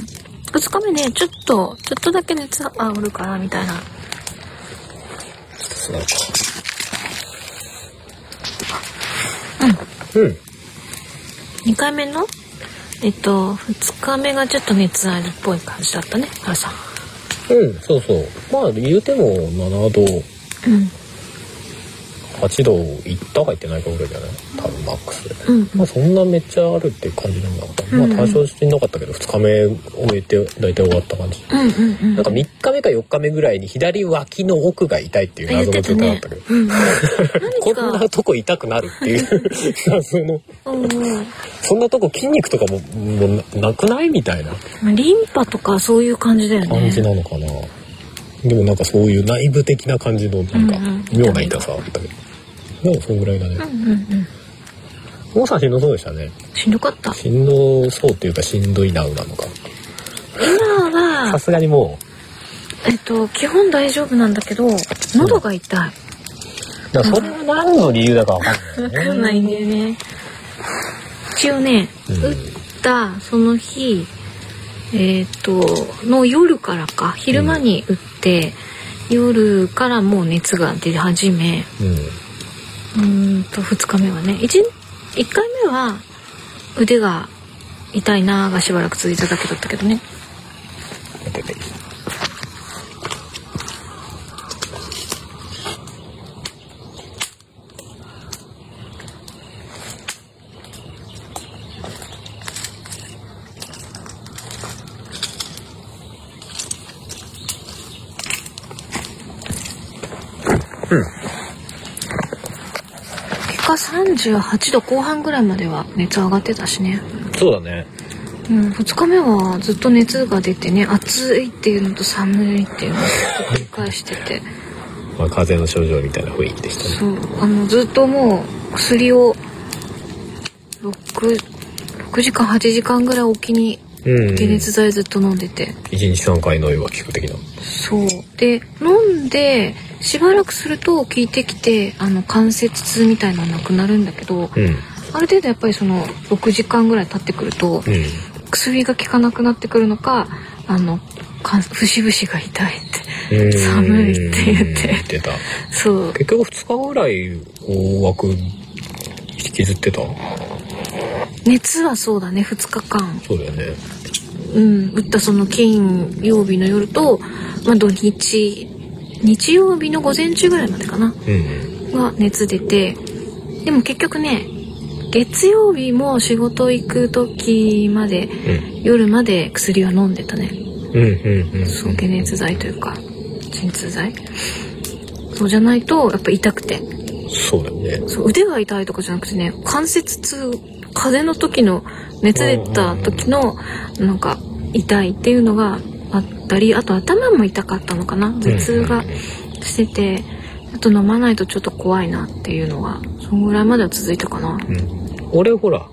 Speaker 3: 二日目ね、ちょっと、ちょっとだけ熱が上がるから、みたいな。
Speaker 2: そうか。うん。うん。
Speaker 3: 2回目のえっと、2日目がちょっと熱ありっぽい感じだったね、ハルさん。
Speaker 2: うん、そうそう。まあ、言うても7度、
Speaker 3: うん。
Speaker 2: 8度いったかいってないかぐらいじゃない多分マックスで。
Speaker 3: うん。
Speaker 2: まあ、そんなめっちゃあるって感じなんだった。
Speaker 3: うんうん
Speaker 2: まあ、多少しんどかったけど、2日目終えて大体終わった感じ。
Speaker 3: うんうんうん。
Speaker 2: なんか3日目か4日目ぐらいに左脇の奥が痛いっていう
Speaker 3: 言っ
Speaker 2: 謎の
Speaker 3: て
Speaker 2: 状
Speaker 3: た
Speaker 2: 態だっ
Speaker 3: ね
Speaker 2: たけど。。
Speaker 3: うん。
Speaker 2: こ
Speaker 3: 何
Speaker 2: んな
Speaker 3: か、
Speaker 2: とこ痛くなるって いう謎の。
Speaker 3: うん。
Speaker 2: そんなとこ筋肉とかももうななくないみたいな
Speaker 3: まあリンパとかそういう感じだよね。
Speaker 2: 感じなのかな、でもなんかそういう内部的な感じのなんか
Speaker 3: うんうん
Speaker 2: 妙な痛さあったけど、でもそんぐらいだね
Speaker 3: うんうんうん。
Speaker 2: 大、うさんしんどそうでしたね
Speaker 3: しんどかった。
Speaker 2: しんどそうっていうかしんどいなうなのか
Speaker 3: 今は
Speaker 2: さ、すがにも
Speaker 3: えっと、基本大丈夫なんだけど、喉が痛い。
Speaker 2: うだからそれは何の理由だかわか
Speaker 3: わ
Speaker 2: んない
Speaker 3: か
Speaker 2: よ
Speaker 3: ん
Speaker 2: ね
Speaker 3: ないんだよね。一応ね、
Speaker 2: うん
Speaker 3: 打ったその日、えっ、と、の夜からか、昼間に打って、夜からもう熱が出始め、
Speaker 2: うん
Speaker 3: うーんと、二日目はね、一、一回目は腕が痛いなーがしばらく続いただけだったけどね。
Speaker 2: 待ってて
Speaker 3: 結果38度後半ぐらいまでは熱上がってたしね。
Speaker 2: そうだね
Speaker 3: うん、2日目はずっと熱が出てね暑いっていうのと寒いっていうのを繰り返してて
Speaker 2: まあ風邪の症状みたいな雰囲気でしたね
Speaker 3: そうあのずっともう薬を 6, 6時間8時間ぐらいおきに
Speaker 2: うん
Speaker 3: 解熱剤ずっと飲んでて、
Speaker 2: 一日三回の湯は効く的な
Speaker 3: そうで飲んでしばらくすると効いてきてあの関節痛みたいなのなくなるんだけど
Speaker 2: うんうん
Speaker 3: ある程度やっぱりその6時間ぐらい経ってくると薬が効かなくなってくるのかあのか節々が痛いって
Speaker 2: うん
Speaker 3: 寒いって言って
Speaker 2: 言ってた
Speaker 3: そう
Speaker 2: 結局2日ぐらい大枠引きずってた
Speaker 3: 熱はそうだね2日間
Speaker 2: そうだよね
Speaker 3: うん打ったその金曜日の夜と、まあ、土日日曜日の午前中ぐらいまでかな
Speaker 2: うん
Speaker 3: は熱出てでも結局ね月曜日も仕事行く時まで
Speaker 2: うん
Speaker 3: 夜まで薬は飲んでたね
Speaker 2: うんうんうん
Speaker 3: そう解熱剤というか鎮痛剤そうじゃないとやっぱ痛くて
Speaker 2: そうだよね
Speaker 3: そう腕が痛いとかじゃなくてね関節痛風邪の時の熱出た時のなんか痛いっていうのがあったりあと頭も痛かったのかな頭痛がしててあと飲まないとちょっと怖いなっていうのがそんぐらいまでは続いたかな
Speaker 2: うん、俺ほら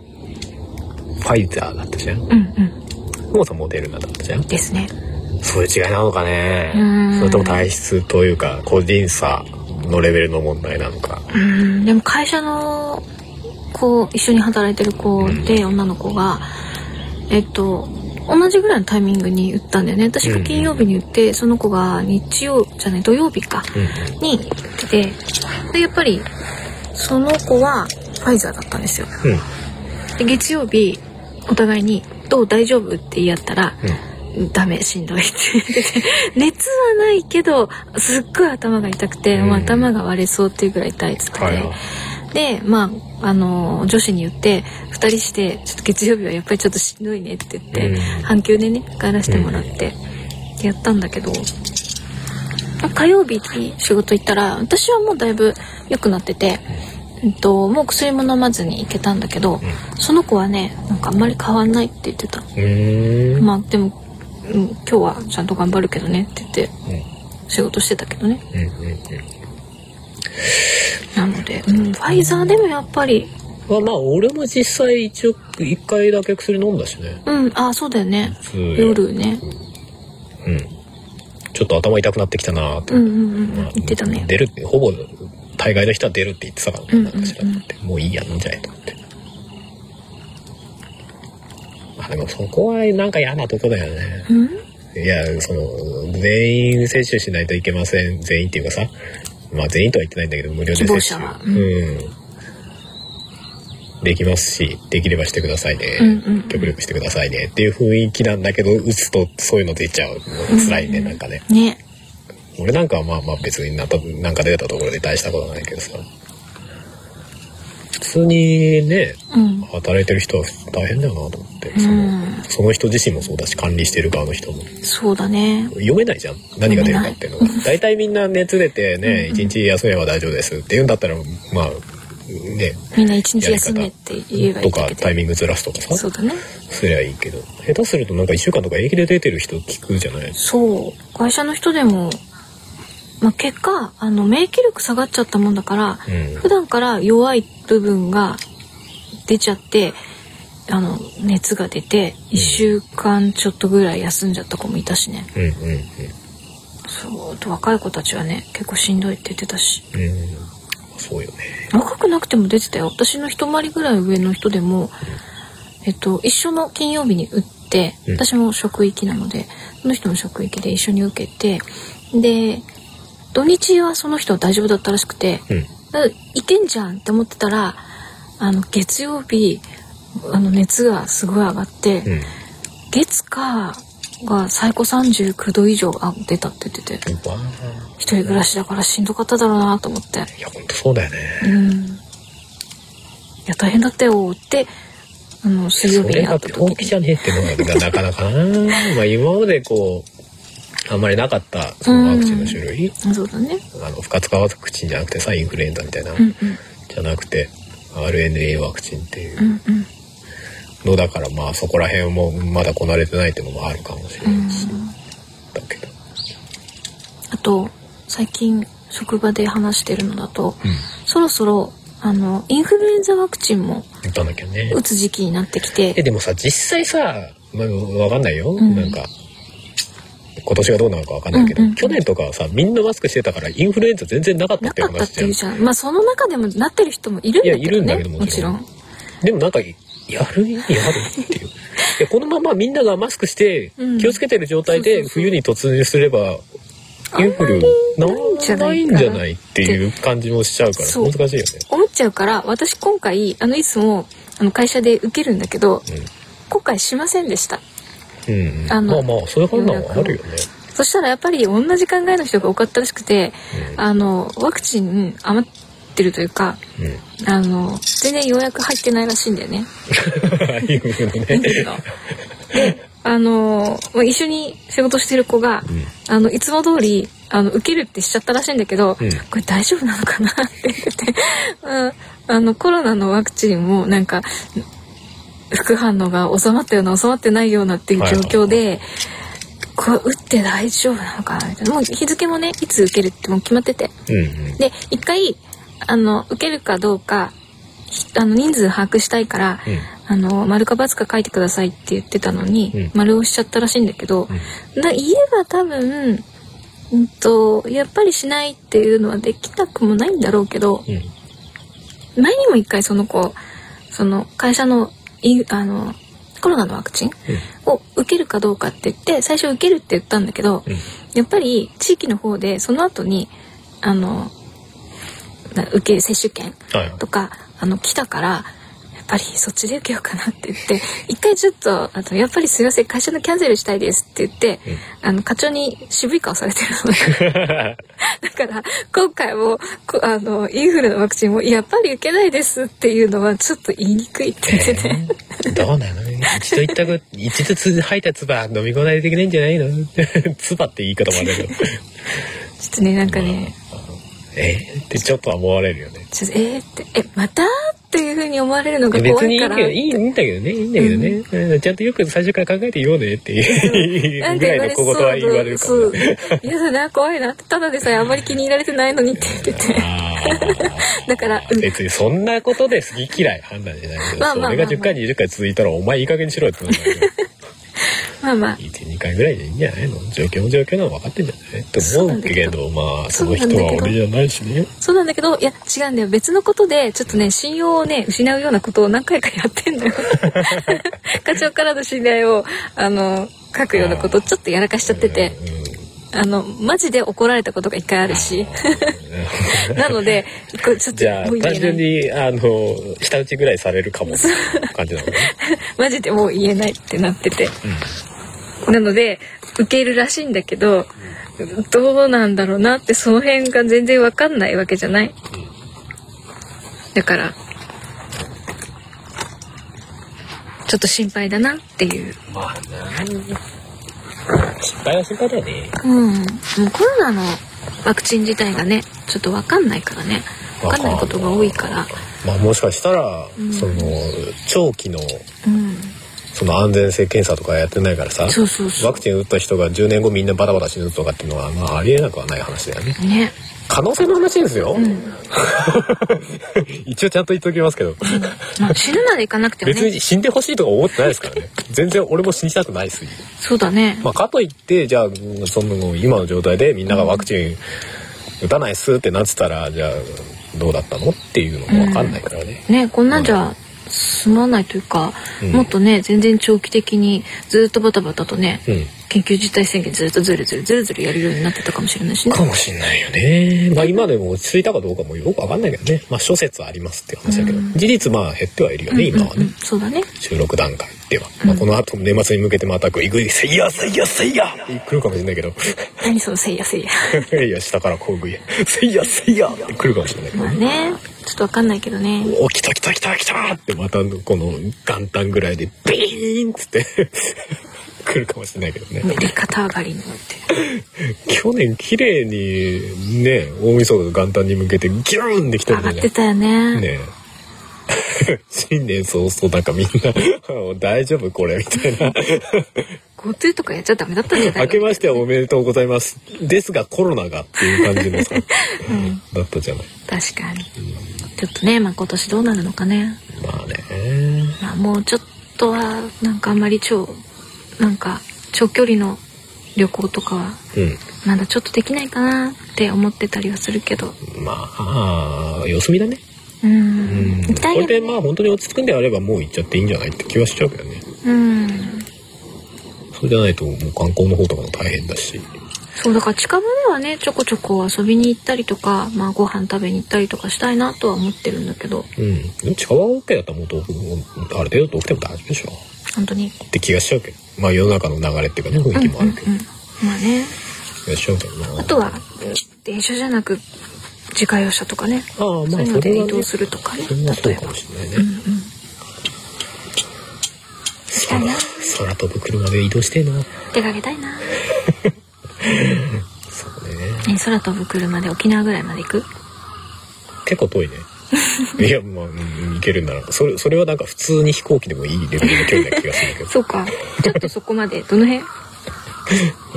Speaker 2: ファイザーだったじゃん
Speaker 3: うんうん
Speaker 2: モーさんモデルナだったじゃん
Speaker 3: ですね
Speaker 2: そういう違いなのか
Speaker 3: う
Speaker 2: ね
Speaker 3: ん
Speaker 2: それとも体質というか個人差のレベルの問題なのか
Speaker 3: うんでも会社の子一緒に働いてる子で女の子がえっと同じぐらいのタイミングに打ったんだよね私が金曜日に打ってその子が日曜じゃない土曜日か
Speaker 2: うん
Speaker 3: に来てでやっぱりその子はファイザーだったんですよ
Speaker 2: うんうん
Speaker 3: で月曜日お互いに「どう大丈夫?」って言い合ったら「ダメしんどい」って言って て熱はないけどすっごい頭が痛くて、もう
Speaker 2: うん
Speaker 3: 頭が割れそうっていうぐらい痛いっつってて、
Speaker 2: はいはい
Speaker 3: でまああの女子に言って2人して「ちょっと月曜日はやっぱりちょっとしんどいね」って言って、
Speaker 2: うん
Speaker 3: 半休でね帰らせてもらって、やったんだけど火曜日に仕事行ったら私はもうだいぶ良くなってて、うんと、もう薬も飲まずに行けたんだけど、その子はねなんかあんまり変わんないって言ってた。
Speaker 2: うーん
Speaker 3: まあでも、うん、今日はちゃんと頑張るけどねって言って
Speaker 2: うん
Speaker 3: 仕事してたけどね
Speaker 2: うんうんうん
Speaker 3: なので、うん、ファイザーでもやっぱり、
Speaker 2: まあまあ、俺も実際一応、一回だけ薬飲んだしね。
Speaker 3: うん、あ、そうだよね。
Speaker 2: 普通
Speaker 3: 夜ね。
Speaker 2: うん。ちょっと頭痛くなってきたなーって。
Speaker 3: うんうんう
Speaker 2: まあ
Speaker 3: ん。言ってたね。
Speaker 2: 出るって、ほぼ、大概の人は出るって言ってたから
Speaker 3: う
Speaker 2: ね、
Speaker 3: んうん
Speaker 2: な
Speaker 3: うん
Speaker 2: んかしらと思って。もういいや、飲んじゃえと思って。あ、でもそこはなんか嫌なとこだよね。
Speaker 3: うん
Speaker 2: いや、その、全員接種しないといけません。全員っていうかさ、まあ全員とは言ってないんだけど、無料で接種。
Speaker 3: 希望者はう
Speaker 2: うんん。できますし、できればしてくださいね。
Speaker 3: うんうんうん
Speaker 2: 協力してくださいねっていう雰囲気なんだけど、打つとそういうの出ちゃう。辛いね、なんかね。
Speaker 3: ね。
Speaker 2: 俺なんかはまあまあ別になった、なんか出たところで大したことないけどさ。普通にね、
Speaker 3: うん。
Speaker 2: 働いてる人は大変だよなと思って、
Speaker 3: う
Speaker 2: そ
Speaker 3: ん
Speaker 2: の、その人自身もそうだし、管理してる側の人も。
Speaker 3: そうだね。
Speaker 2: 読めないじゃん何が出るかっていうのが 大体みんな熱出てね一日休めば大丈夫ですって言うんだったらまあね
Speaker 3: みんな一日休めって言えばいい
Speaker 2: と
Speaker 3: んだ
Speaker 2: か
Speaker 3: けど
Speaker 2: タイミングずらすとか
Speaker 3: そ
Speaker 2: さ
Speaker 3: うだね。
Speaker 2: すりゃいいけど下手するとなんか1週間とか平気で出てる人聞くじゃない
Speaker 3: そう。会社の人でも、まあ、結果、あの、免疫力下がっちゃったもんだから、
Speaker 2: うん
Speaker 3: 普段から弱い部分が出ちゃって、あの、熱が出て、1週間ちょっとぐらい休んじゃった子もいたしね。
Speaker 2: うんうんうん
Speaker 3: そう。あと若い子たちはね、結構しんどいって言ってたし。
Speaker 2: うんそうよね
Speaker 3: 若くなくても出てたよ私の一回りぐらい上の人でも、えっと、一緒の金曜日に打って
Speaker 2: うん
Speaker 3: 私も職域なのでその人も職域で一緒に受けてで土日はその人は大丈夫だったらしくて、
Speaker 2: うん
Speaker 3: だいけんじゃんって思ってたらあの月曜日あの熱がすごい上がって、
Speaker 2: うん
Speaker 3: 月火が最高39度以上あ出たって言ってて
Speaker 2: うわー
Speaker 3: 一人暮らしだからしんどかっただろうなと思って。
Speaker 2: いやほんとそうだよね
Speaker 3: うんいや大変だったよってあの水曜
Speaker 2: そ
Speaker 3: 日
Speaker 2: れ
Speaker 3: に会
Speaker 2: が
Speaker 3: った時
Speaker 2: 病気じゃねえってのがなかなかなまあ今までこうあんまりなかったそのワクチンの種類
Speaker 3: そうだね
Speaker 2: あの不活化ワクチンじゃなくてさインフルエンザみたいな、
Speaker 3: うん
Speaker 2: じゃなくて RNA ワクチンっていううん
Speaker 3: うん
Speaker 2: のだからまあそこら辺もまだこなれてないっていうのもあるかもしれ
Speaker 3: うんう
Speaker 2: なんいし、だけど、
Speaker 3: あと最近職場で話してるのだと
Speaker 2: うん、
Speaker 3: そろそろあのインフルエンザワクチンも
Speaker 2: 打たなきゃね
Speaker 3: 打つ時期になってき
Speaker 2: え
Speaker 3: て
Speaker 2: でもさ実際さ、まあ、わかんないよ、
Speaker 3: ん
Speaker 2: なんか今年がどうなのかわかんないけど、
Speaker 3: うんうん
Speaker 2: 去年とかはさみんなマスクしてたからインフルエンザ全然なかった
Speaker 3: な
Speaker 2: って
Speaker 3: かった
Speaker 2: 話
Speaker 3: っ
Speaker 2: じ
Speaker 3: て
Speaker 2: ゃ
Speaker 3: い
Speaker 2: ん
Speaker 3: うじゃんまあその中でもなってる人もいるんだけどね
Speaker 2: いやいるんだけども
Speaker 3: もち
Speaker 2: ちろ
Speaker 3: ろ
Speaker 2: ん
Speaker 3: ん
Speaker 2: でもなんかやるやるって いういやこのままみんながマスクして
Speaker 3: うん
Speaker 2: 気をつけてる状態
Speaker 3: そう
Speaker 2: で
Speaker 3: そうそう
Speaker 2: 冬に突入すればインフルなんないんじゃないっていう感じもしちゃうから
Speaker 3: そう
Speaker 2: 難しいよね。
Speaker 3: 思っちゃうから私今回あのいつもあの会社で受けるんだけど今回しませんでした
Speaker 2: うんうん、
Speaker 3: あの
Speaker 2: まあまあそういう判断はあるよね。
Speaker 3: そしたらやっぱり同じ考えの人が多かったらしくて、
Speaker 2: うん
Speaker 3: あのワクチン余ってるというか
Speaker 2: う
Speaker 3: あの全然ようやく入ってないらしいんだよね。
Speaker 2: ん、インフルね。
Speaker 3: であのまあ一緒に仕事してる子が、
Speaker 2: ん
Speaker 3: あのいつも通りあの受けるってしちゃったらしいんだけど、
Speaker 2: うん
Speaker 3: これ大丈夫なのかなって言ってて、うん、あのコロナのワクチンもなんか副反応が収まったような収まってないようなっていう状況で。これ打って大丈夫なのかなみたいなもう日付もねいつ受けるってもう決まってて
Speaker 2: うんうん
Speaker 3: で一回あの受けるかどうかひあの人数把握したいから、
Speaker 2: うん
Speaker 3: あの丸か×か書いてくださいって言ってたのに、
Speaker 2: うん
Speaker 3: 丸をしちゃったらしいんだけど、な言えば多分、うん、とやっぱりしないっていうのはできなくもないんだろうけど
Speaker 2: うん
Speaker 3: 前にも一回その子その会社のインあのコロナのワクチンを受けるかどうかって言って最初受けるって言ったんだけど、
Speaker 2: うん
Speaker 3: やっぱり地域の方でその後にあのな受け接種券
Speaker 2: はい
Speaker 3: とかあの来たからやっぱりそっちで受けようかなって言って一回ちょっとあとやっぱりすいません会社のキャンセルしたいですって言って、あの課長に渋い顔されてるの で。だから今回もこあのインフルのワクチンもやっぱり受けないですっていうのはちょっと言いにくいって言ってて、
Speaker 2: どうなの一度一択一度つ吐いた唾飲み込まないといけないんじゃないの 唾って言い方もあるけど
Speaker 3: ちょっとねなんかね、
Speaker 2: えってちょっとは思われるよね
Speaker 3: ちょっとえー、って「えまた?」ってっていう風に思われるのが怖
Speaker 2: 別に
Speaker 3: い
Speaker 2: いい
Speaker 3: か
Speaker 2: けど
Speaker 3: ら。
Speaker 2: いいいいんだけどね、いいんだけどね。うんちゃんとよく最初から考えて言おうねっていう ぐらいの小言は言われるかも
Speaker 3: そう。嫌だな、怖いな。ただでさえあんまり気に入られてないのにって言ってて。
Speaker 2: あー
Speaker 3: だから、うん。
Speaker 2: 別にそんなことで好き嫌い判断しないけど、
Speaker 3: まあ
Speaker 2: そ
Speaker 3: まあまあ
Speaker 2: れが10回20回続いたらお前いい加減にしろよってなるんだけど。
Speaker 3: まあまあ。
Speaker 2: 1,2回ぐらいでいいんじゃないの状況も状況なの分かってんじゃないって
Speaker 3: そうな
Speaker 2: 思うん
Speaker 3: だ
Speaker 2: け
Speaker 3: けど
Speaker 2: ど、まあ、その人は俺じゃないしね。
Speaker 3: そうなんだけど、いや、違うんだよ。別のことで、ちょっとね、信用をね、失うようなことを何回かやっ てんだよ。課長からの信頼を、あの、書くようなことをちょっとやらかしちゃってて、あの、マジで怒られたことが 一回あるし。なので、これちょっと
Speaker 2: じゃあ、
Speaker 3: もう言
Speaker 2: 単
Speaker 3: えな
Speaker 2: 純
Speaker 3: い。
Speaker 2: に、あの、舌打ちぐらいされるかもって感じなのね。
Speaker 3: マジでもう言えないってなってて。なので、受けるらしいんだけど、どうなんだろうなって、その辺が全然わかんないわけじゃない。だから、ちょっと心配だなっていう。
Speaker 2: まあな。失敗は失敗だよね。
Speaker 3: うん。もうコロナのワクチン自体がね、ちょっとわかんないからね。わかんないことが多いから。
Speaker 2: まあ、もしかしたら、
Speaker 3: うん
Speaker 2: その、長期の、
Speaker 3: うん。
Speaker 2: その安全性検査とかやってないからさ、
Speaker 3: そうそうそ
Speaker 2: ワクチン打った人が10年後みんなバタバタ死ぬとかっていうのは、まあ、ありえなくはない話だよね。
Speaker 3: う。ね。
Speaker 2: 可能性の話ですよ。
Speaker 3: ん
Speaker 2: 一応ちゃんと言っておきますけど、
Speaker 3: まあ死ぬまでいかなくても
Speaker 2: 別
Speaker 3: ね。
Speaker 2: に死んでほしいとか思ってないですからね。全然俺も死にたくないし。
Speaker 3: そうだね。
Speaker 2: まあ、かといって、じゃあ、その今の状態でみんながワクチン打たないっすってなってたら、じゃあ、どうだったのっていうのもわかんないからね。
Speaker 3: ねこんなんじゃ済まないというか、
Speaker 2: うん
Speaker 3: もっとね全然長期的にずっとバタバタとね、
Speaker 2: うん。
Speaker 3: 緊急事態宣言ずっとずるずるずるずるやるようになってたかもしれないしね
Speaker 2: かもしんないよね。まあ今でも落ち着いたかどうかもよくわかんないけどね。まあ諸説ありますっていう話だけど、事実まあ減ってはいるよね、今は
Speaker 3: うんう
Speaker 2: ね
Speaker 3: ん。そうだね
Speaker 2: 収録段階では。まあこの後も年末に向けてまたグイグイ、せいやせいやせいやって来るかもしんないけど。
Speaker 3: 何そのせいやせいや
Speaker 2: いや、下からこうぐい、せいやせいやって来るかもしれないけど
Speaker 3: まあ
Speaker 2: ね。
Speaker 3: ねちょっとわかんないけどね
Speaker 2: お、来た来た来た来たってまたこの元旦ぐらいでビーンっつって 来るかもしれないけどね。
Speaker 3: 右肩上がりになって
Speaker 2: 去年綺麗にね、大晦日が元旦に向けてギューンできた
Speaker 3: 上
Speaker 2: んじ
Speaker 3: が
Speaker 2: ゃ
Speaker 3: っ
Speaker 2: ない
Speaker 3: てたよね
Speaker 2: ねえ。 新年早々なんかみんな 大丈夫これみたいな
Speaker 3: GoTo とかやっちゃダメだったんじゃない
Speaker 2: 明けましておめでとうございますですがコロナがって いう感じのさ、だったじゃない
Speaker 3: 確かにちょっとねまあ今年どうなるのかね
Speaker 2: まあね
Speaker 3: まあもうちょっとはなんかあんまり超なんか長距離の旅行とかは
Speaker 2: う
Speaker 3: まだちょっとできないかなって思ってたりはするけど。
Speaker 2: んまあああ様子見だね
Speaker 3: う。
Speaker 2: うんん
Speaker 3: 行きたい
Speaker 2: これで
Speaker 3: よね。
Speaker 2: まあ本当に落ち着くんであればもう行っちゃっていいんじゃないって気はしちゃうけどね
Speaker 3: うん。
Speaker 2: そうじゃないともう観光の方とかも大変だし
Speaker 3: そう、だから近場ではね、ちょこちょこ遊びに行ったりとか、まあご飯食べに行ったりとかしたいなとは思ってるんだけど、
Speaker 2: うんでも近場は OK だったらもう遠くある程度遠くても大丈夫でしょ
Speaker 3: 本当に。
Speaker 2: って気がしちゃうけどまあ世の中の流れっていうかね雰囲気もあるけど、
Speaker 3: まあね。
Speaker 2: 気がしちゃうけどな
Speaker 3: あとは、電車じゃなく、自家用車とかね。
Speaker 2: ああ
Speaker 3: そ
Speaker 2: ま
Speaker 3: う
Speaker 2: あ
Speaker 3: いう
Speaker 2: そ
Speaker 3: の
Speaker 2: れ
Speaker 3: で
Speaker 2: は
Speaker 3: 移動
Speaker 2: ね
Speaker 3: するとかね。
Speaker 2: それはそ
Speaker 3: 例
Speaker 2: う
Speaker 3: え
Speaker 2: か
Speaker 3: ば
Speaker 2: も。しれないね空空飛ぶ車で移動してえな
Speaker 3: 出かけたいな。
Speaker 2: そうね
Speaker 3: ね、空飛ぶ車で沖縄ぐらいまで行く
Speaker 2: 結構遠 いねいやまあうん行けるならそれそれはなんか普通に飛行機でもいいレベルの距離な気がするけど
Speaker 3: そうか。ちょっとそこまで、どの辺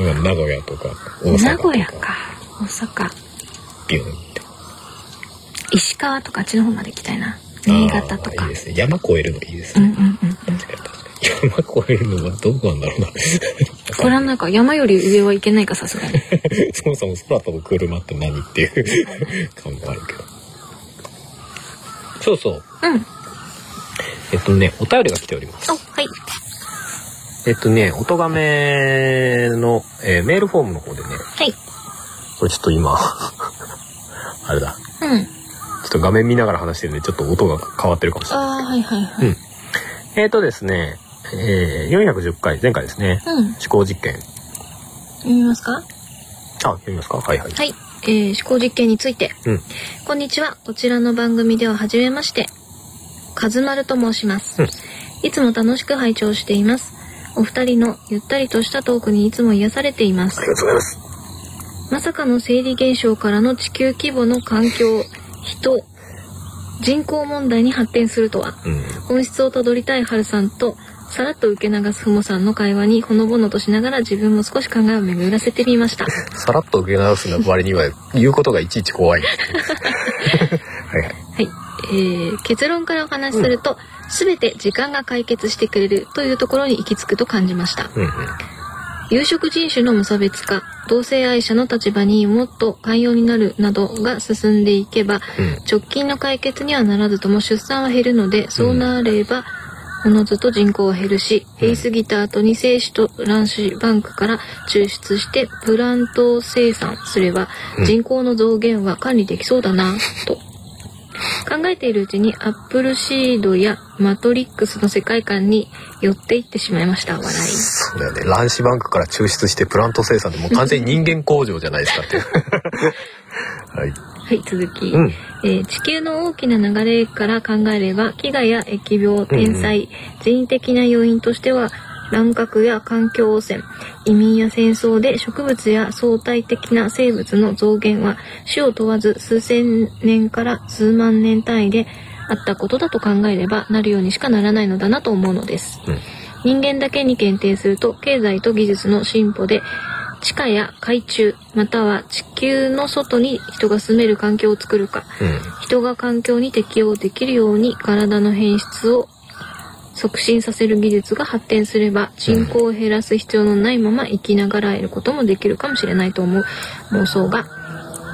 Speaker 2: うん名古屋とか大
Speaker 3: 名
Speaker 2: 阪と
Speaker 3: 古屋
Speaker 2: か
Speaker 3: か大阪
Speaker 2: ビューンって
Speaker 3: 石川とかあっちの方まで行きたいな新潟と
Speaker 2: あ
Speaker 3: か
Speaker 2: あいいですね山越えるのいいです
Speaker 3: うんう
Speaker 2: ね、
Speaker 3: んうんうん
Speaker 2: 確かに確かに山越えるのはどこなんだろうな
Speaker 3: これはなんか山より上はいけないかさすがに
Speaker 2: そもそも空飛ぶ車って何っていう 感もあるけどそうそう
Speaker 3: うんお
Speaker 2: えっとね、お便りが来ております。
Speaker 3: はい
Speaker 2: えっとね、音がめの、えーメールフォームの方でね、
Speaker 3: はい
Speaker 2: これちょっと今、 あれだ、
Speaker 3: う
Speaker 2: ち
Speaker 3: ん
Speaker 2: ょっと画面見ながら話してるんで、ちょっと音が変わってるかもしれない。
Speaker 3: ああはいはいはい
Speaker 2: えっ、とですね、えー410回、前回ですね、
Speaker 3: うん
Speaker 2: 思考実験。
Speaker 3: 読みますか
Speaker 2: あ、読みますかはいはい。
Speaker 3: はい、えー、思考実験について、
Speaker 2: うん
Speaker 3: こんにちはこちらの番組では初めましてカズマルと申します、
Speaker 2: うん
Speaker 3: いつも楽しく拝聴していますお二人のゆったりとしたトークにいつも癒されています
Speaker 2: ありがとうございます。
Speaker 3: まさかの生理現象からの地球規模の環境、人、人口問題に発展するとは
Speaker 2: うん。
Speaker 3: 本質をたどりたい春さんとさらっと受け流すふもさんの会話にほのぼのとしながら自分も少し考えを巡らせてみました
Speaker 2: さらっと受け流すの割には、言うことがいちいち怖 い。はいはい。
Speaker 3: はい、えー結論からお話しすると、全て時間が解決してくれるというところに行き着くと感じました
Speaker 2: うんうん。
Speaker 3: 有色人種の無差別化同性愛者の立場にもっと寛容になるなどが進んでいけば
Speaker 2: うん。
Speaker 3: 直近の解決にはならずとも出産は減るのでそうなればおのずと人口は減るし減りすぎた後に精子と卵子バンクから抽出してプラント生産すれば
Speaker 2: うん
Speaker 3: 人口の増減は管理できそうだなと考えているうちにアップルシードやマトリックスの世界観に寄っていってしまいました笑い。
Speaker 2: そうだよね。卵子バンクから抽出してプラント生産でもう完全に人間工場じゃないですかっていう。はい。
Speaker 3: はい、続き、
Speaker 2: うん。
Speaker 3: えー地球の大きな流れから考えれば飢餓や疫病天災、人為的な要因としては乱獲や環境汚染移民や戦争で植物や相対的な生物の増減は種を問わず数千年から数万年単位であったことだと考えればなるようにしかならないのだなと思うのです。
Speaker 2: うん。
Speaker 3: 人間だけに限定すると経済と技術の進歩で地下や海中または地球の外に人が住める環境を作るか
Speaker 2: うん。
Speaker 3: 人が環境に適応できるように体の変質を促進させる技術が発展すれば人口を減らす必要のないまま生きながらえることもできるかもしれないと思う妄想が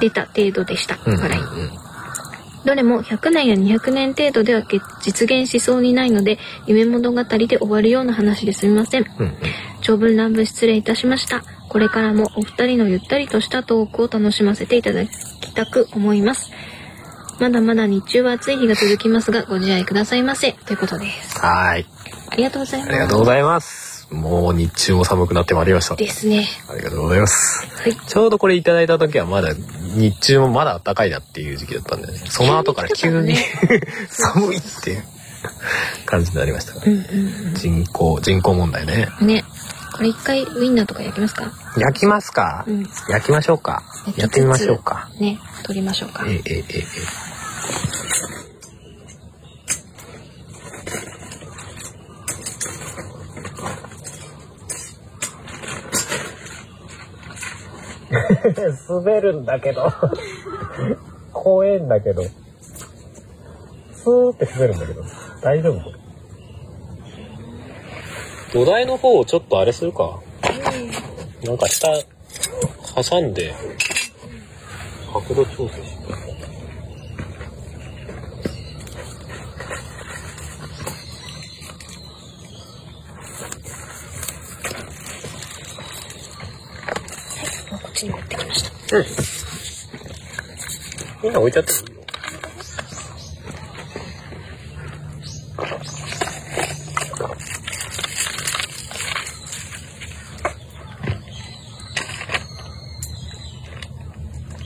Speaker 3: 出た程度でした。
Speaker 2: うん。
Speaker 3: 笑いどれも100年や200年程度ではけ実現しそうにないので夢物語で終わるような話ですみません。
Speaker 2: うん。うん。
Speaker 3: 長文乱文失礼いたしました。これからもお二人のゆったりとしたトークを楽しませていただきたく思います。まだまだ日中は暑い日が続きますが、ご自愛くださいませ。ということです。
Speaker 2: はい。
Speaker 3: ありがとうございます。
Speaker 2: ありがとうございます。もう日中も寒くなってまいりました。
Speaker 3: ですね。
Speaker 2: ありがとうございます。
Speaker 3: はい。
Speaker 2: ちょうどこれいただいた時はまだ日中もまだ暖かいなっていう時期だったんだよね。その後から急に 寒いっていう感じになりましたから
Speaker 3: う。んうん
Speaker 2: 人口、人口問題ね。
Speaker 3: うん。ね。これ一回ウインナーとか焼きますか
Speaker 2: 焼きますか、
Speaker 3: うん
Speaker 2: 焼きましょうか
Speaker 3: 焼きつつ
Speaker 2: やってみましょうか。
Speaker 3: ね。取りましょうか。
Speaker 2: ええええええ。 滑るんだけど 怖えんだけどスーって滑るんだけど大丈夫土台の方をちょっとあれするかなんか下挟んで角度調整し
Speaker 3: もうこっちに持ってきました。
Speaker 2: みんな置いちゃってもいいよ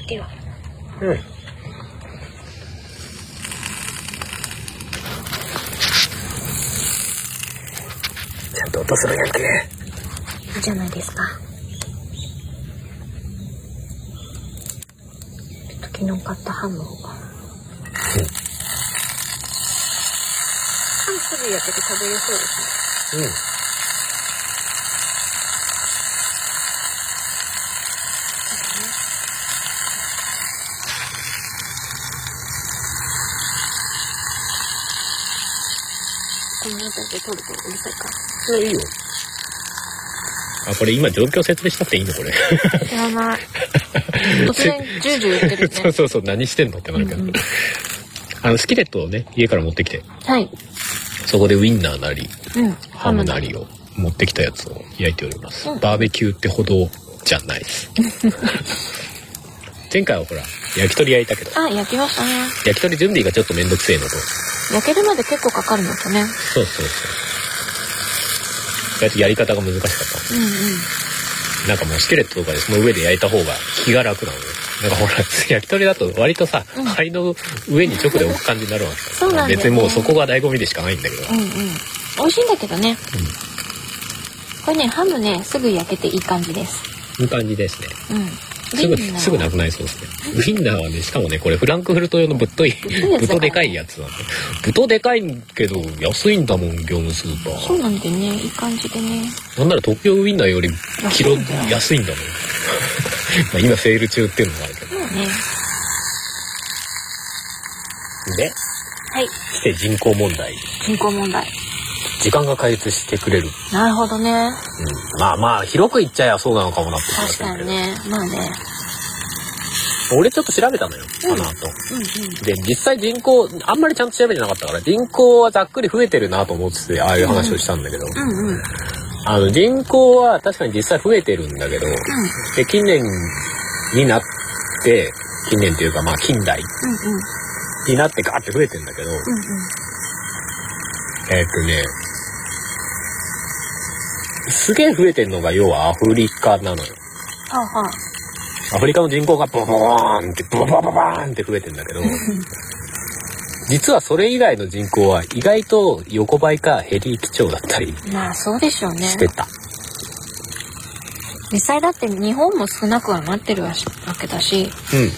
Speaker 3: では。
Speaker 2: うん。ちゃんと音するんやっけね。
Speaker 3: いいじゃないですか。ちょっと昨日買ったハムを。ハムすぐ焼けて食べれそうですね。この辺りで取るとうるさいか。
Speaker 2: うん。いいよ。あ、これ今状況説明したっていいのこれ。
Speaker 3: やばい。突然、ジュージュー言ってる
Speaker 2: そ
Speaker 3: ね
Speaker 2: う。そうそう、何してんのってなるけど。
Speaker 3: うんうん
Speaker 2: あの、スキレットをね、家から持ってきて、
Speaker 3: はい。
Speaker 2: そこでウインナーなり、
Speaker 3: うん。
Speaker 2: ハムな
Speaker 3: り。
Speaker 2: りを持ってきたやつを焼いております、
Speaker 3: うん
Speaker 2: バーベキューってほどじゃない です前回はほら焼き鳥焼いたけど
Speaker 3: あ、焼きましたね。
Speaker 2: 焼き鳥準備がちょっとめんどくせえのと
Speaker 3: 焼けるまで結構かかるのとね。
Speaker 2: そうそうそうややり方が難しかった
Speaker 3: うんうん。
Speaker 2: なんかもうスケレットとかでその上で焼いた方が気が楽なのよなんかほら 焼き鳥だと割とさ、
Speaker 3: うん
Speaker 2: 灰の上に直で置く感じになるわけだから
Speaker 3: そうなんだよね
Speaker 2: 別にもうそこが醍醐味でしかないんだけど、
Speaker 3: うんうん。美味しいんだけどね。これね、ハムね、すぐ焼けていい感じです。
Speaker 2: いい感じですね
Speaker 3: うん。
Speaker 2: すぐ、
Speaker 3: ウィンナー
Speaker 2: すぐなくなりそうですね。ウィンナーはね、しかもね、これフランクフルト用のぶっとい、
Speaker 3: っといやつだ
Speaker 2: ぶと
Speaker 3: から
Speaker 2: でかいやつなんで。ぶとでかいけど、安いんだもん、業務スーパ
Speaker 3: そう
Speaker 2: ー。
Speaker 3: なんでね、いい感じでね。
Speaker 2: なんなら東京ウィンナーより、キロ
Speaker 3: 安いんだよ、
Speaker 2: 安い んだもん。まあ今セール中っていうのもあるけど。
Speaker 3: もうね。
Speaker 2: で、
Speaker 3: はい。
Speaker 2: 来て人口問題。
Speaker 3: 健康問題。
Speaker 2: 時間が解決してくれる。
Speaker 3: なるほどね。
Speaker 2: うん、まあまあ、広く言っちゃえばそうなのかもなって
Speaker 3: 確かにね。まあね。
Speaker 2: 俺ちょっと調べたのよ、
Speaker 3: うん
Speaker 2: あの後。
Speaker 3: うんうん。
Speaker 2: で、実際人口、あんまりちゃんと調べてなかったから、人口はざっくり増えてるなと思ってて、ああいう話をしたんだけど、
Speaker 3: うんうん。うん。
Speaker 2: あの、人口は確かに実際増えてるんだけど、で、近年になって、近年というかまあ近代
Speaker 3: うんうん。
Speaker 2: になってガーって増えてんだけど、
Speaker 3: うん
Speaker 2: えーっとね、すげえ増えてんのが要はアフリカなのよ。
Speaker 3: はあはあ。
Speaker 2: アフリカの人口がボボーンって、ボボボボーンって増えてんだ けど、実はそれ以外の人口は意外と横ばいか減り基調だったり
Speaker 3: まあそうでしょうね。
Speaker 2: してた。
Speaker 3: 実際だって日本も少なくはなってるわけだし、
Speaker 2: う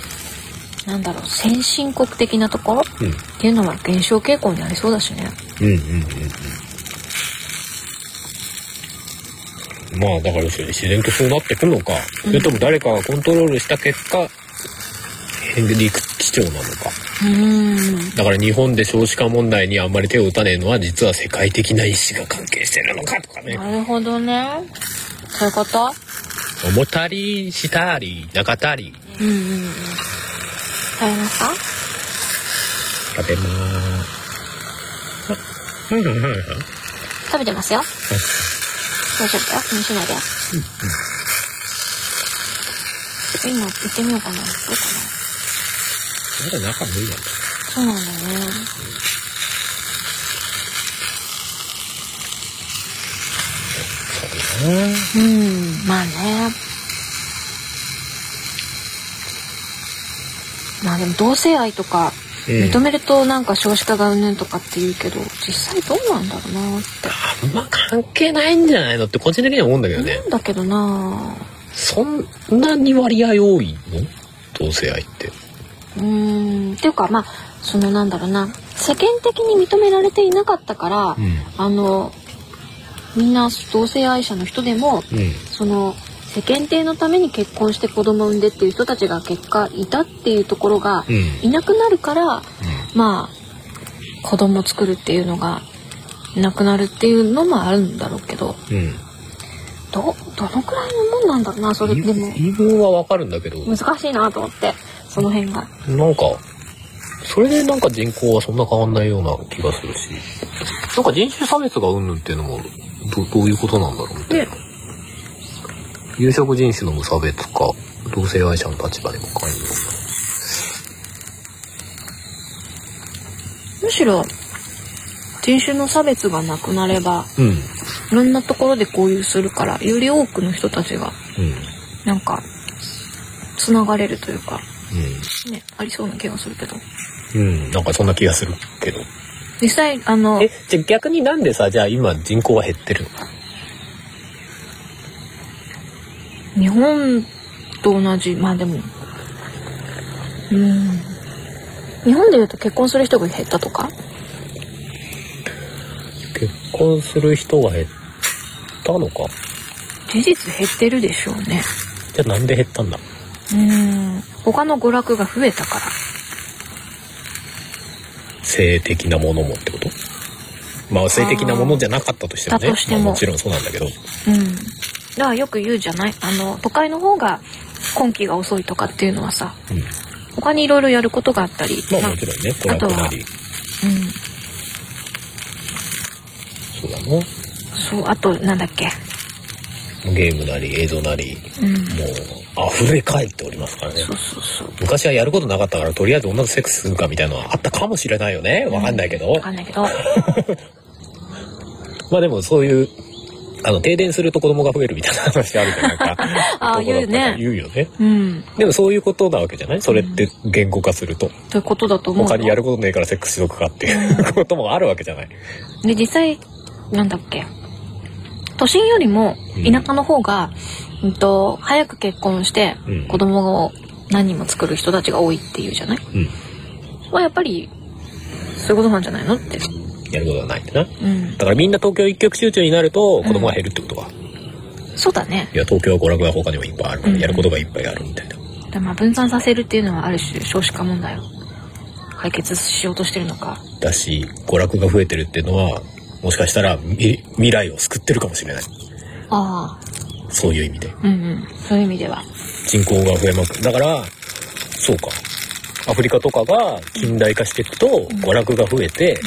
Speaker 3: なんだろう、先進国的なところっ
Speaker 2: ん。うん。
Speaker 3: ていうのは減少傾向にありそうだしね。
Speaker 2: うんうんうんうん。まあだから自然とそうなってくのか、それとも誰かがコントロールした結果、減り基調なのか。
Speaker 3: うーん。
Speaker 2: だから日本で少子化問題にあんまり手を打たねえのは実は世界的な意思が関係してるのかとかね。
Speaker 3: なるほどね。そういうこと
Speaker 2: 重たりしたりなかったり
Speaker 3: うんうんうん。食べますか
Speaker 2: 食べまーす。はいはいはいはい。
Speaker 3: 食べてますよ。大丈夫だよ。気にしないでよ。今行ってみようかな。どうかな。
Speaker 2: まだ中無理なんだ。
Speaker 3: そうなんだよね。うん、まあね。まあでも同性愛とか
Speaker 2: うん
Speaker 3: 認めるとなんか少子化がうんぬんとかって言うけど、実際どうなんだろうなって。
Speaker 2: あんま関係ないんじゃないのって個人的には思うんだけどね
Speaker 3: な。んだけどな
Speaker 2: そんなに割合多いの同性愛って。
Speaker 3: うーん、っていうかまあ、そのなんだろうな、世間的に認められていなかったから、
Speaker 2: う
Speaker 3: あの、みんな同性愛者の人で
Speaker 2: ん。
Speaker 3: も、
Speaker 2: うん。
Speaker 3: その世間体のために結婚して子供を産んでっていう人たちが結果いたっていうところが
Speaker 2: うん。
Speaker 3: いなくなるから、まあ子供作るっていうのがなくなるっていうのもあるんだろうけど
Speaker 2: うん。
Speaker 3: どどのくらいのもんなんだろうなそれでも
Speaker 2: 言い分はわかるんだけど、なん
Speaker 3: 難しいなと思ってその辺が
Speaker 2: か、それでなんか人口はそんな変わんないような気がするし。なんか人種差別がうんぬんっていうのも、どどういうことなんだろうみたいな。有色人種の無差別化同性愛者の立場にも関与
Speaker 3: むしろ人種の差別がなくなれば
Speaker 2: うんうん
Speaker 3: いろんなところで交流するからより多くの人たちが
Speaker 2: うん
Speaker 3: なんかつながれるというかねありそうな気がするけど。
Speaker 2: うんなんかそんな気がするけど
Speaker 3: 実際あの
Speaker 2: えじゃあ逆になんでさじゃあ今人口は減ってるの
Speaker 3: 日本と同じまあでもうん日本でいうと結婚する人が減ったとか
Speaker 2: 結婚する人が減ったのか
Speaker 3: 事実減ってるでしょうね
Speaker 2: じゃあなんで減ったんだ
Speaker 3: うん他の娯楽が増えたか
Speaker 2: 性的なものもってことまあ性的なものじゃなかったとしても
Speaker 3: あー
Speaker 2: ね
Speaker 3: だとしても
Speaker 2: まあもちろんそうなんだけど
Speaker 3: らうんだからよく言うじゃないあの都会の方が婚期が遅いとかっていうのはさ
Speaker 2: うん
Speaker 3: 他にいろいろやることがあったり、
Speaker 2: ま
Speaker 3: ま
Speaker 2: あ
Speaker 3: あ
Speaker 2: もちろんねト
Speaker 3: あ
Speaker 2: ラ
Speaker 3: と
Speaker 2: ッ
Speaker 3: は
Speaker 2: クなり
Speaker 3: うん、
Speaker 2: そうだな
Speaker 3: そうあとなんだっけ
Speaker 2: ゲームなり映像なり
Speaker 3: うん
Speaker 2: もう溢れ返っておりますからね
Speaker 3: そうそうそう
Speaker 2: 昔はやることなかったからとりあえず女とセックスするかみたいなのはあったかもしれないよねわかんないけど、
Speaker 3: わかんないけど
Speaker 2: まあでもそういうあの停電すると子供が増えるみたいな話あるじゃん ないか
Speaker 3: あー言うね
Speaker 2: 言うよね
Speaker 3: うん
Speaker 2: でもそういうことなわけじゃないそれって言語化すると
Speaker 3: ということだと思う
Speaker 2: 他にや
Speaker 3: る
Speaker 2: ることねえからセックスしとくかっていうこともあるわけじゃない
Speaker 3: で実際なんだっけ都心よりも
Speaker 2: うん
Speaker 3: 田舎の方が、うんと、早く結婚して
Speaker 2: うん
Speaker 3: 子供を何人も作る人たちが多いっていうじゃない
Speaker 2: うん。
Speaker 3: はやっぱりそういうことなんじゃないのって。
Speaker 2: やることはないんだな。だ
Speaker 3: うん。
Speaker 2: からみんな東京一極集中になると子供が減るってことか。い
Speaker 3: そうだね。
Speaker 2: や、東京は娯楽が他にもいっぱいあるから、
Speaker 3: うん
Speaker 2: やることがいっぱいあるみたいな。
Speaker 3: だからまあ分散させるっていうのはある種少子化問題を解決しようとしてるのか。
Speaker 2: だし、娯楽が増えてるっていうのは、もしかしたら未未来を救ってるかもしれない。
Speaker 3: あ
Speaker 2: そういう意味で。
Speaker 3: あ、うんうん。そういう意味では。
Speaker 2: 人口が増えまくる。だから、そうか。アフリカとかが近代化していくと、娯楽が増えて、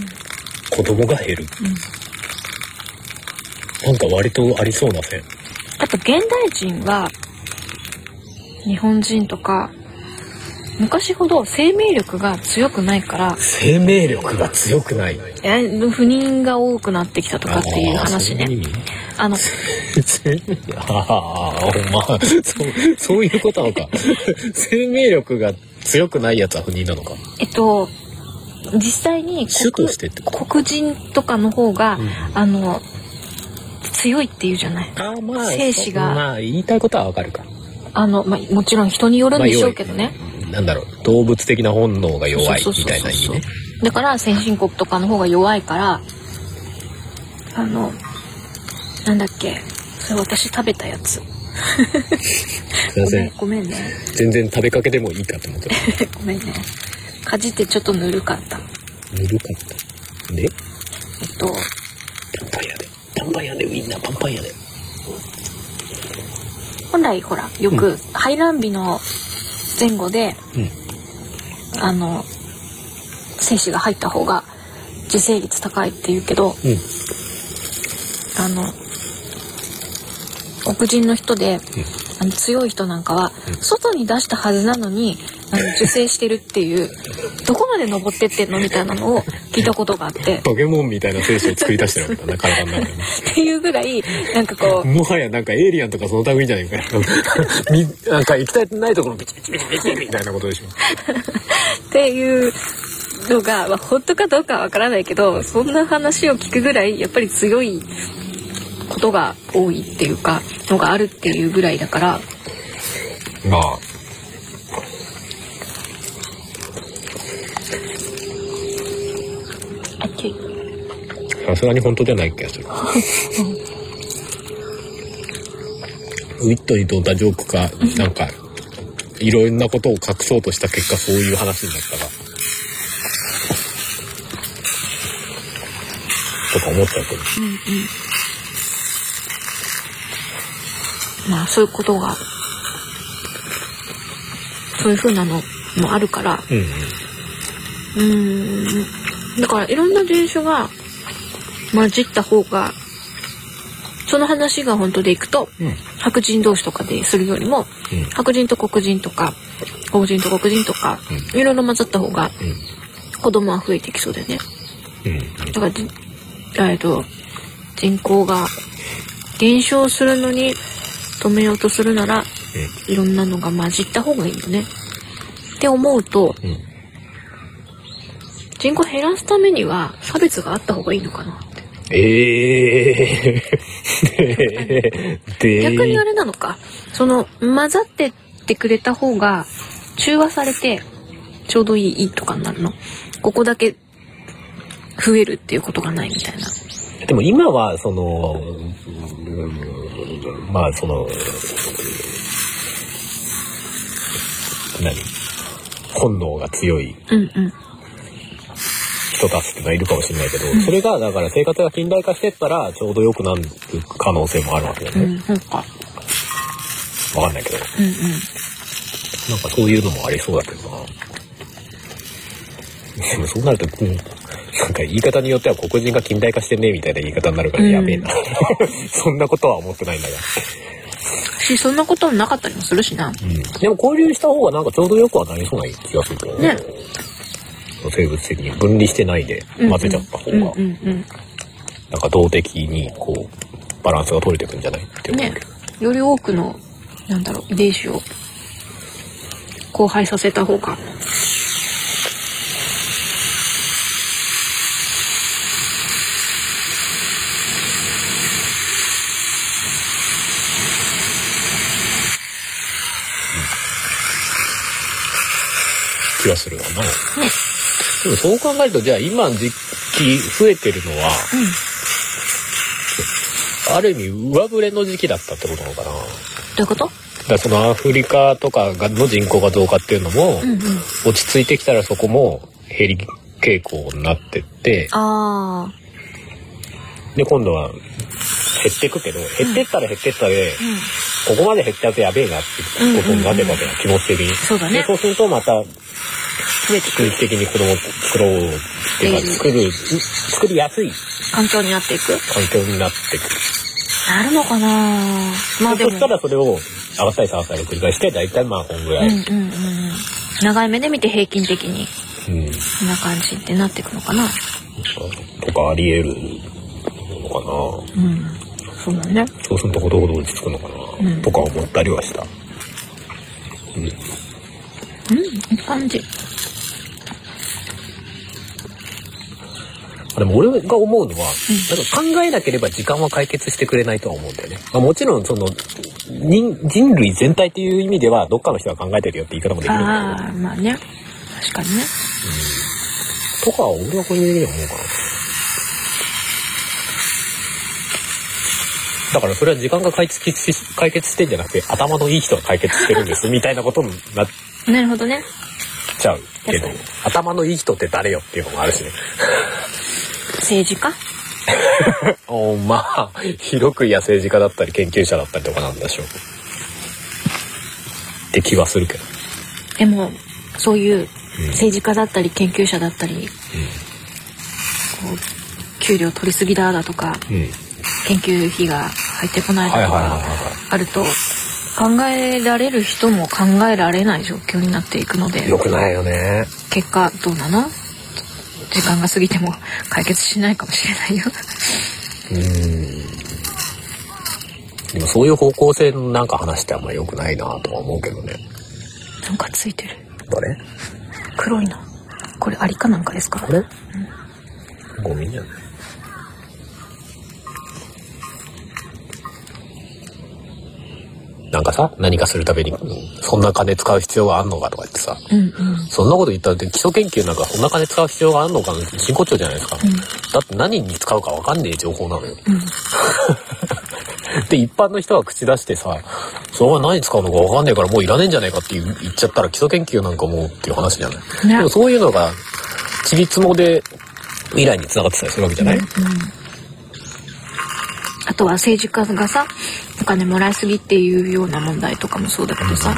Speaker 2: 子供が減る。
Speaker 3: うん。
Speaker 2: なんか割とありそうな線。
Speaker 3: やっぱ現代人は日本人とか昔ほど生命力が強くないから
Speaker 2: 生命力が強くない。
Speaker 3: え不妊が多くなってきたとかっていう話ね
Speaker 2: あー。そういう意味
Speaker 3: あの
Speaker 2: 生命ああ、ほんま。そう、そういうことなのか。生命力が強くないやつは不妊なのか。
Speaker 3: えっと実際に
Speaker 2: 種と
Speaker 3: 黒
Speaker 2: してってこと
Speaker 3: 黒人とかの方が、
Speaker 2: うん
Speaker 3: あの強いっていうじゃない
Speaker 2: ああ、まあ、
Speaker 3: 精子が
Speaker 2: まあ、言いたいことはわかるか。
Speaker 3: あの、まあ、もちろん人によるんでしょうけどね、
Speaker 2: まあ。なんだろう、動物的な本能が弱い
Speaker 3: そうそう
Speaker 2: み
Speaker 3: そう
Speaker 2: たい
Speaker 3: そ
Speaker 2: な
Speaker 3: う
Speaker 2: 意味ね。
Speaker 3: だから先進国とかの方が弱いからあのなんだっけそれ私食べたやつ
Speaker 2: すいません。
Speaker 3: ごめんごめんね
Speaker 2: 全然食べかけでもいいかと思ってた。
Speaker 3: ごめんねかじってちょっとぬるかった
Speaker 2: ぬるかった。で、
Speaker 3: えっと
Speaker 2: パンパン屋で。パンパン屋で、ウィンナーパンパン屋で。
Speaker 3: 本来ほらよ
Speaker 2: う
Speaker 3: く排卵日の前後で、
Speaker 2: うん
Speaker 3: あの精子が入った方が受精率高いって言うけど
Speaker 2: うん。
Speaker 3: あの黒人の人で、あの強い人なんかは、外に出したはずなのにあの受精してるっていうどこまで登ってってんのみたいなのを聞いたことがあって
Speaker 2: ポケモンみたいな精子を作り出してるわけだな、体の中に。
Speaker 3: っていうぐらいなんかこう
Speaker 2: もはやなんかエイリアンとかその類じゃない かな。みなんか行きたいないところビチビチビチビチみたいなことでしょ。
Speaker 3: っていうのが、まあ、本当かどうかはわからないけどそんな話を聞くぐらいやっぱり強いことが多いっていうかのがあるっていうぐらいだから
Speaker 2: まあ。
Speaker 3: あちょい
Speaker 2: さすがに本当じゃない気がする。ウィットに飛んだジョークか、なんか、いろんなことを隠そうとした結果、そういう話になったら。とか思っちゃうけど。
Speaker 3: まあそういうことがそういう風なのもあるから
Speaker 2: うんうん。
Speaker 3: うーんだからいろんな人種が混じった方がその話が本当でいくと、
Speaker 2: うん
Speaker 3: 白人同士とかでするよりも、
Speaker 2: うん
Speaker 3: 白人と黒人とか黒人と黒人とか、いろいろ混ざった方が子供は増えてきそうだよね。
Speaker 2: うん。
Speaker 3: だからじえっと人口が減少するのに止めようとするならいろんなのが混じった方がいいよね。って思うと、
Speaker 2: うん。うん。
Speaker 3: 人口減らすためには差別があった方がいいのかなって
Speaker 2: ええー。で、
Speaker 3: 逆にあれなのかその混ざってってくれた方が中和されてちょうどいいいいとかになるのここだけ増えるっていうことがないみたいな
Speaker 2: でも今はその、うんまあその、何本能が強い
Speaker 3: うんうん
Speaker 2: 人たちってのはいるかもしれないけど、それがだから生活が近代化してったらちょうど良くなる可能性もあるわけだよ
Speaker 3: う
Speaker 2: ね。
Speaker 3: んそうか
Speaker 2: わかんないけど。
Speaker 3: うんうん
Speaker 2: なんかそういうのもありそうだけどな。でもそうなると、うん、なんか言い方によっては黒人が近代化してねみたいな言い方になるからやべえな。 そんなことは思ってないんだが。
Speaker 3: しそんなこともなかったりもするしな
Speaker 2: でも交流した方がなんかちょうどよくはなりそうな気がするけど
Speaker 3: ね
Speaker 2: 生物的に分離してないで
Speaker 3: うんうん
Speaker 2: 混ぜちゃった方が、
Speaker 3: うんうんうん
Speaker 2: なんか動的にこうバランスが取れてくんじゃないって思う
Speaker 3: ねより多くのなんだろう遺伝子を交配させた方が
Speaker 2: 気がするわな。でもそう考えると、じゃあ今の時期増えてるのは、ある意味上振れの時期だったってことなのかな。だか
Speaker 3: ういうこと
Speaker 2: らそのアフリカとかがの人口が増加っていうのも、
Speaker 3: うんうん。
Speaker 2: 落ち着いてきたらそこも減り傾向になってって、
Speaker 3: ああ。
Speaker 2: で、今度は減ってくけど、減ってったら減ってったで、
Speaker 3: う
Speaker 2: こ
Speaker 3: ん。
Speaker 2: こまで減っちゃうとやべえなってことになってるわけだ、気持ち的に。
Speaker 3: そうだね
Speaker 2: でそうするとまた、
Speaker 3: 増えてく
Speaker 2: 定期的に子供を作ろうっていうか、作る、作りやすい
Speaker 3: 環境になっていく
Speaker 2: 環境になってくる。
Speaker 3: なるのかなまあで
Speaker 2: そ
Speaker 3: も。
Speaker 2: したらそれを合わせたり合わせたり繰り返して、だいたいまあこんぐ
Speaker 3: う
Speaker 2: らい。
Speaker 3: んうんうんうん。長い目で見て平均的に、
Speaker 2: うん
Speaker 3: こんな感じってなっていくのかな
Speaker 2: とかあり得るのかな。
Speaker 3: うん。そうだね。
Speaker 2: そうするとほどほど落ち着くのかな、
Speaker 3: うん
Speaker 2: とか思ったりはした。
Speaker 3: うん、いい感じ。
Speaker 2: でも俺が思うのは、なんか考えなければ時間は解決してくれないとは思うんだよね。まあ、もちろんその人人類全体っていう意味ではどっかの人が考えてるよって言い方もできるんだ
Speaker 3: ああ、まあね。確かにね。
Speaker 2: けど、とかは俺は個人的には思うかな。だからそれは時間が解決し解決してんじゃなくて頭のいい人が解決してるんですみたいなことになっ
Speaker 3: なるほどね。
Speaker 2: ちゃうけど
Speaker 3: 確かに
Speaker 2: 頭のいい人って誰よっていうのもあるしね。
Speaker 3: 政治家
Speaker 2: おまあ広く野政治家だったり研究者だったりとかなんでしょうって気はするけど
Speaker 3: でも、そういう政治家だったり研究者だったり、こう、給料取りすぎだだとか、
Speaker 2: うんはい
Speaker 3: 研究費が入ってこない
Speaker 2: はい
Speaker 3: だ
Speaker 2: はい
Speaker 3: と
Speaker 2: はい
Speaker 3: か、あると、考えられる人も考えられない状況になっていくので
Speaker 2: はい、よくないよね
Speaker 3: 結果どうなの時間が過ぎても 解決しないかもしれないよ。
Speaker 2: うんでもそういう方向性のなんか話ってあんまり良くないなとは思うけどね
Speaker 3: なんかついてる。
Speaker 2: どれ
Speaker 3: 黒いな。これアリかなんかですか
Speaker 2: これ、ゴミじゃないなんかさ何かするためにそんな金使う必要があんのかとか言ってさ
Speaker 3: うんうん。
Speaker 2: そんなこと言ったって基礎研究なんかそんな金使う必要があるのかな真骨頂じゃないですか、だって何に使うか分かんねえ情報なのよ
Speaker 3: うん。
Speaker 2: で一般の人は口出してさそのまま何に使うのか分かんねえからもういらねえんじゃねえかって言う言っちゃったら基礎研究なんかもうっていう話じゃない、
Speaker 3: ね
Speaker 2: でもそういうのがちりつもで未来につながってたりするわけじゃない、
Speaker 3: あとは政治家がさ、お金もらいすぎっていうような問題とかもそうだけどさ。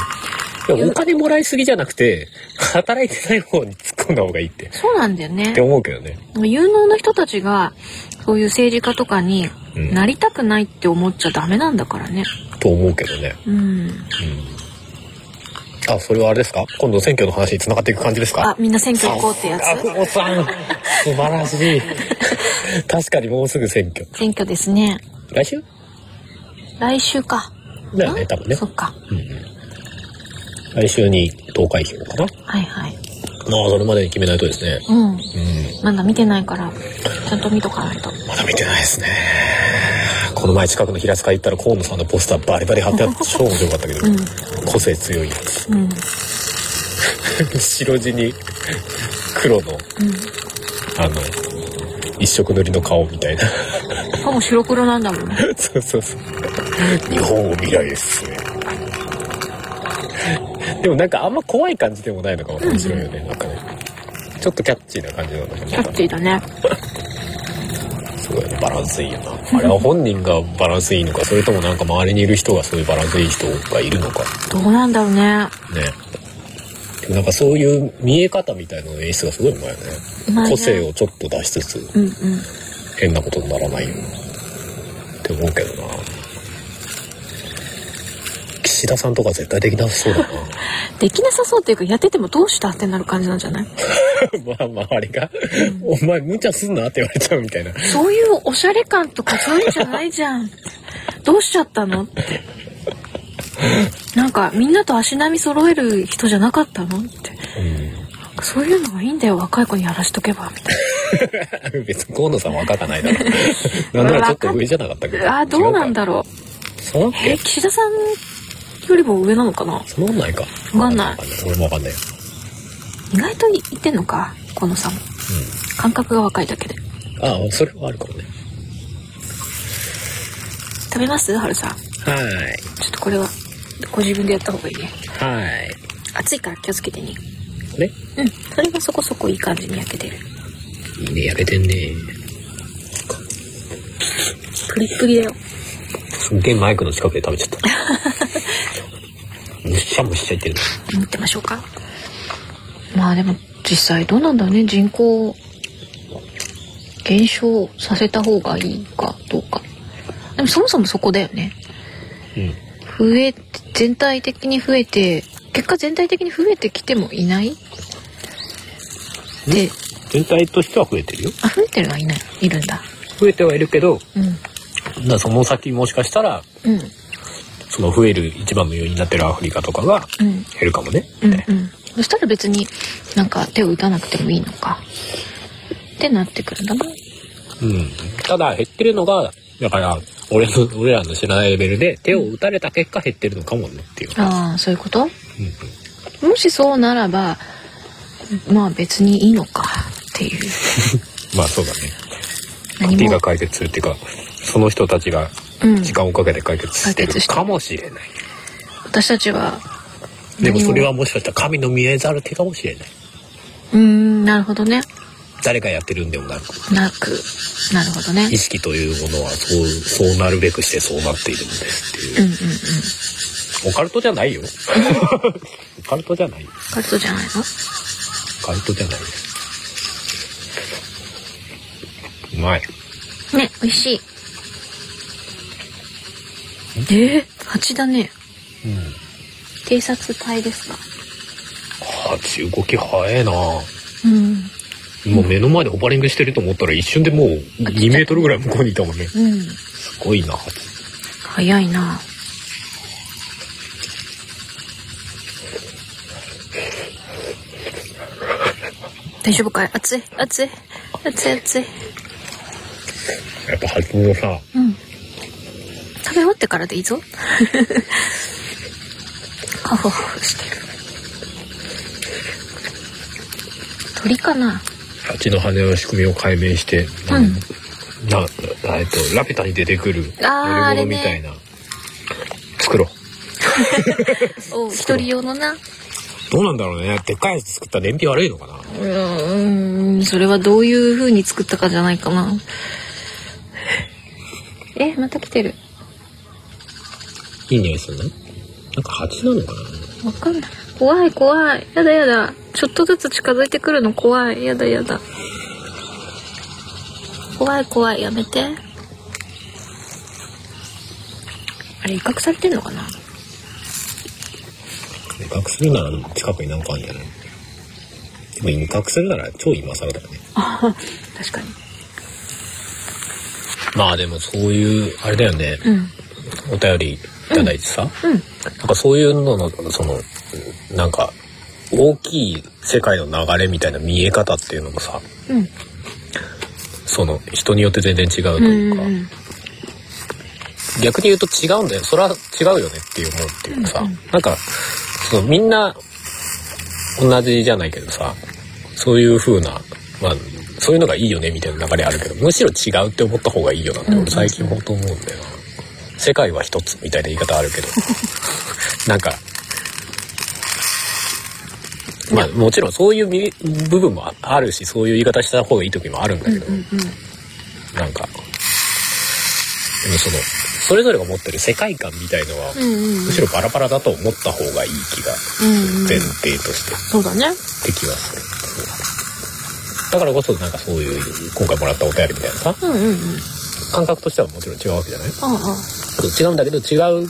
Speaker 2: でもお金もらいすぎじゃなくて働いてない方に突っ込んだ方がいいってっ
Speaker 3: そうなんだよね
Speaker 2: て。思うけどね
Speaker 3: でも有能な人たちが、そういう政治家とかに
Speaker 2: うん
Speaker 3: なりたくないって思っちゃダメなんだからね。
Speaker 2: と思うけどね
Speaker 3: うん。
Speaker 2: あそれはあれですか今度選挙の話につながっていく感じですか
Speaker 3: あ、みんな選挙行こうってやつ
Speaker 2: あ、。久保さん。素晴らしい。確かにもうすぐ選挙。
Speaker 3: 選挙ですね。
Speaker 2: 来週
Speaker 3: 来週か。
Speaker 2: だよね、多分ね
Speaker 3: そ。っか。
Speaker 2: 来週に投開票かな。
Speaker 3: はいはい。
Speaker 2: まあ、それまでに決めないとですね。
Speaker 3: うん。
Speaker 2: うん。
Speaker 3: まだ見てないから、ちゃんと見とかないと。
Speaker 2: まだ見てないですね。この前近くの平塚行ったら河野さんのポスターバリバリ貼ってあって超面白かったけど、個性強いやつ
Speaker 3: うん。うん。
Speaker 2: 白地に黒の、あの、一色塗りの顔みたいな。
Speaker 3: しかも白黒なんだもんね。
Speaker 2: そうそうそう。日本を未来ですね。でもなんかあんま怖い感じでもないのが面白いよね。なんかね。ちょっとキャッチーな感じなんだけど。
Speaker 3: キャッチーだね。
Speaker 2: すごいねバランスいいよな。あれは本人がバランスいいのか、それともなんか周りにいる人がそういうバランスいい人がいるのか。
Speaker 3: どうなんだろうね。
Speaker 2: ね。でもなんかそういう見え方みたいなの演出がすごいうまいよね
Speaker 3: う。まいね
Speaker 2: 個性をちょっと出しつつ、
Speaker 3: うんうん。
Speaker 2: 変なことにならないようにって思うけどな岸田さんとか絶対できなさそうだな
Speaker 3: できなさそうっていうか、やっててもどうしたってなる感じなんじゃない
Speaker 2: まあ周りが「お前無茶すんな」って言われちゃうみたいな
Speaker 3: そういうおしゃれ感とかそういうんじゃないじゃん。どうしちゃったのって。なんかみんなと足並み揃える人じゃなかったのって。なんかそういうのがいいんだよ若い子にやらしとけばみたい
Speaker 2: 別に河野さんは若かないだ ろなんならちょっと上じゃなかったけど
Speaker 3: な。あーどうなんだ
Speaker 2: ろ
Speaker 3: ろう。
Speaker 2: うそうだっ
Speaker 3: え
Speaker 2: け
Speaker 3: 岸田さんよりも上なのかな
Speaker 2: そんなんないか
Speaker 3: わかんない
Speaker 2: 俺もわかんないよ
Speaker 3: 意外といいってんのかこの差も感覚が若いだけで
Speaker 2: ああ、それはあるかもね。
Speaker 3: 食べます春さん
Speaker 2: はい。
Speaker 3: ちょっとこれはご自分でやった方がいいね
Speaker 2: はい。
Speaker 3: 暑いから気をつけてね
Speaker 2: ね。
Speaker 3: うんそれがそこそこいい感じに焼けてる
Speaker 2: いいね、焼けてんね。
Speaker 3: プリップリだよ
Speaker 2: すっげえマイクの近くで食べちゃ った。むしゃむしゃいってる。
Speaker 3: 持ってましょうかまあでも実際どうなんだね人口を減少させた方がいいかどうかでもそもそもそこだよね
Speaker 2: うん。
Speaker 3: 増え全体的に増えて結果全体的に増えてきてもいないで
Speaker 2: 全体としては増えてるよ。
Speaker 3: あ増えてるはいないいるんだ
Speaker 2: 増えてはいるけど、
Speaker 3: う
Speaker 2: だからその先もしかしたら、
Speaker 3: んうん
Speaker 2: その増える一番の要因になってるアフリカとかが
Speaker 3: うん
Speaker 2: 減るかもね。
Speaker 3: うんうんそしたら別になんか手を打たなくてもいいのかってなってくるんだな
Speaker 2: うん。ただ減ってるのが、だから、俺の、俺らの知らないレベルで手を打たれた結果減ってるのかもねっていう。
Speaker 3: ああそういうこと
Speaker 2: うん
Speaker 3: もしそうならばまあ別にいいのかっていう
Speaker 2: まあそうだね。
Speaker 3: 何
Speaker 2: 手が
Speaker 3: も、
Speaker 2: 解決するっていうか、その人たちが
Speaker 3: うん、
Speaker 2: 時間をかけて解決して
Speaker 3: 解決
Speaker 2: る
Speaker 3: してる
Speaker 2: かもしれない。
Speaker 3: 私たちは
Speaker 2: でも
Speaker 3: 何
Speaker 2: それはもしかしたら神の見えざる手かもしれない。
Speaker 3: うーんなるほどね
Speaker 2: 誰がやってるんでもなく、
Speaker 3: なくなるほどね
Speaker 2: 意識というものはそう、そうなるべくしてそうなっているのですっていう
Speaker 3: う。んうんうん
Speaker 2: オカルトじゃないよ。オカルトじゃないよ。
Speaker 3: カルトじゃないの
Speaker 2: オカルトじゃないよ。うまい。
Speaker 3: ね美味しいえー、蜂だね
Speaker 2: うん。
Speaker 3: 偵察隊ですか
Speaker 2: 蜂動き早えな
Speaker 3: うん
Speaker 2: もう目の前でホバリングしてると思ったら一瞬でもう2メートルぐらい向こうにいたもんね。
Speaker 3: うん
Speaker 2: すごいな蜂。
Speaker 3: 早いな大丈夫かい暑い暑い暑い暑い
Speaker 2: やっぱ蜂もさ、
Speaker 3: うん食べ終わってからでいいぞ ハフハフしてる鳥かな
Speaker 2: 蜂の羽の仕組みを解明して、
Speaker 3: う
Speaker 2: なんな、なえっと、ラピュタに出てくる
Speaker 3: あー
Speaker 2: 乗り物みたいな、作ろう。
Speaker 3: お一人用のな
Speaker 2: どうなんだろうね。でっかいやつ作ったら燃費悪いのかな。
Speaker 3: うーんそれはどういう風に作ったかじゃないかなえまた来てる
Speaker 2: いい匂いするね。なんか蜂なのかな。
Speaker 3: わかんない怖い怖いやだやだちょっとずつ近づいてくるの怖いやだやだ怖い怖いやめてあれ威嚇されてんのかな
Speaker 2: 威嚇するなら近くになんかあるんじゃないでも威嚇するなら超今更だよね。
Speaker 3: 確かに
Speaker 2: まあでもそういう、あれだよね。
Speaker 3: うん
Speaker 2: お便りいただいてさ。
Speaker 3: うん
Speaker 2: なんかそういうのの、その、なんか、大きい世界の流れみたいな見え方っていうのもさ、
Speaker 3: うん
Speaker 2: その人によって全然違うと
Speaker 3: う
Speaker 2: いうんか、
Speaker 3: うん
Speaker 2: 逆に言うと違うんだよそれは違うよねって思うっていうかさ、
Speaker 3: うんうん
Speaker 2: なんかそのみんな同じじゃないけどさそういう風なまあそういうのがいいよねみたいな流れあるけどむしろ違うって思った方がいいよなって
Speaker 3: うんう
Speaker 2: 俺
Speaker 3: ん
Speaker 2: 最近本当思うんだよな、世界は一つみたいな言い方あるけど なんかまあもちろんそういうみ部分もああるしそういう言い方した方がいい時もあるんだけど、
Speaker 3: うんうん
Speaker 2: なんか、でもその、それぞれが持ってる世界観みたいのは、
Speaker 3: うんうん
Speaker 2: むしろバラバラだと思った方がいい気が、
Speaker 3: うんうん
Speaker 2: 前提として、
Speaker 3: そうだね
Speaker 2: って気はする。だからこそ、なんかそういう、今回もらったお便りみたいなさ、
Speaker 3: うんうんうん
Speaker 2: 感覚としてはもちろん違うわけじゃない
Speaker 3: ああああ
Speaker 2: 違うんだけど、違う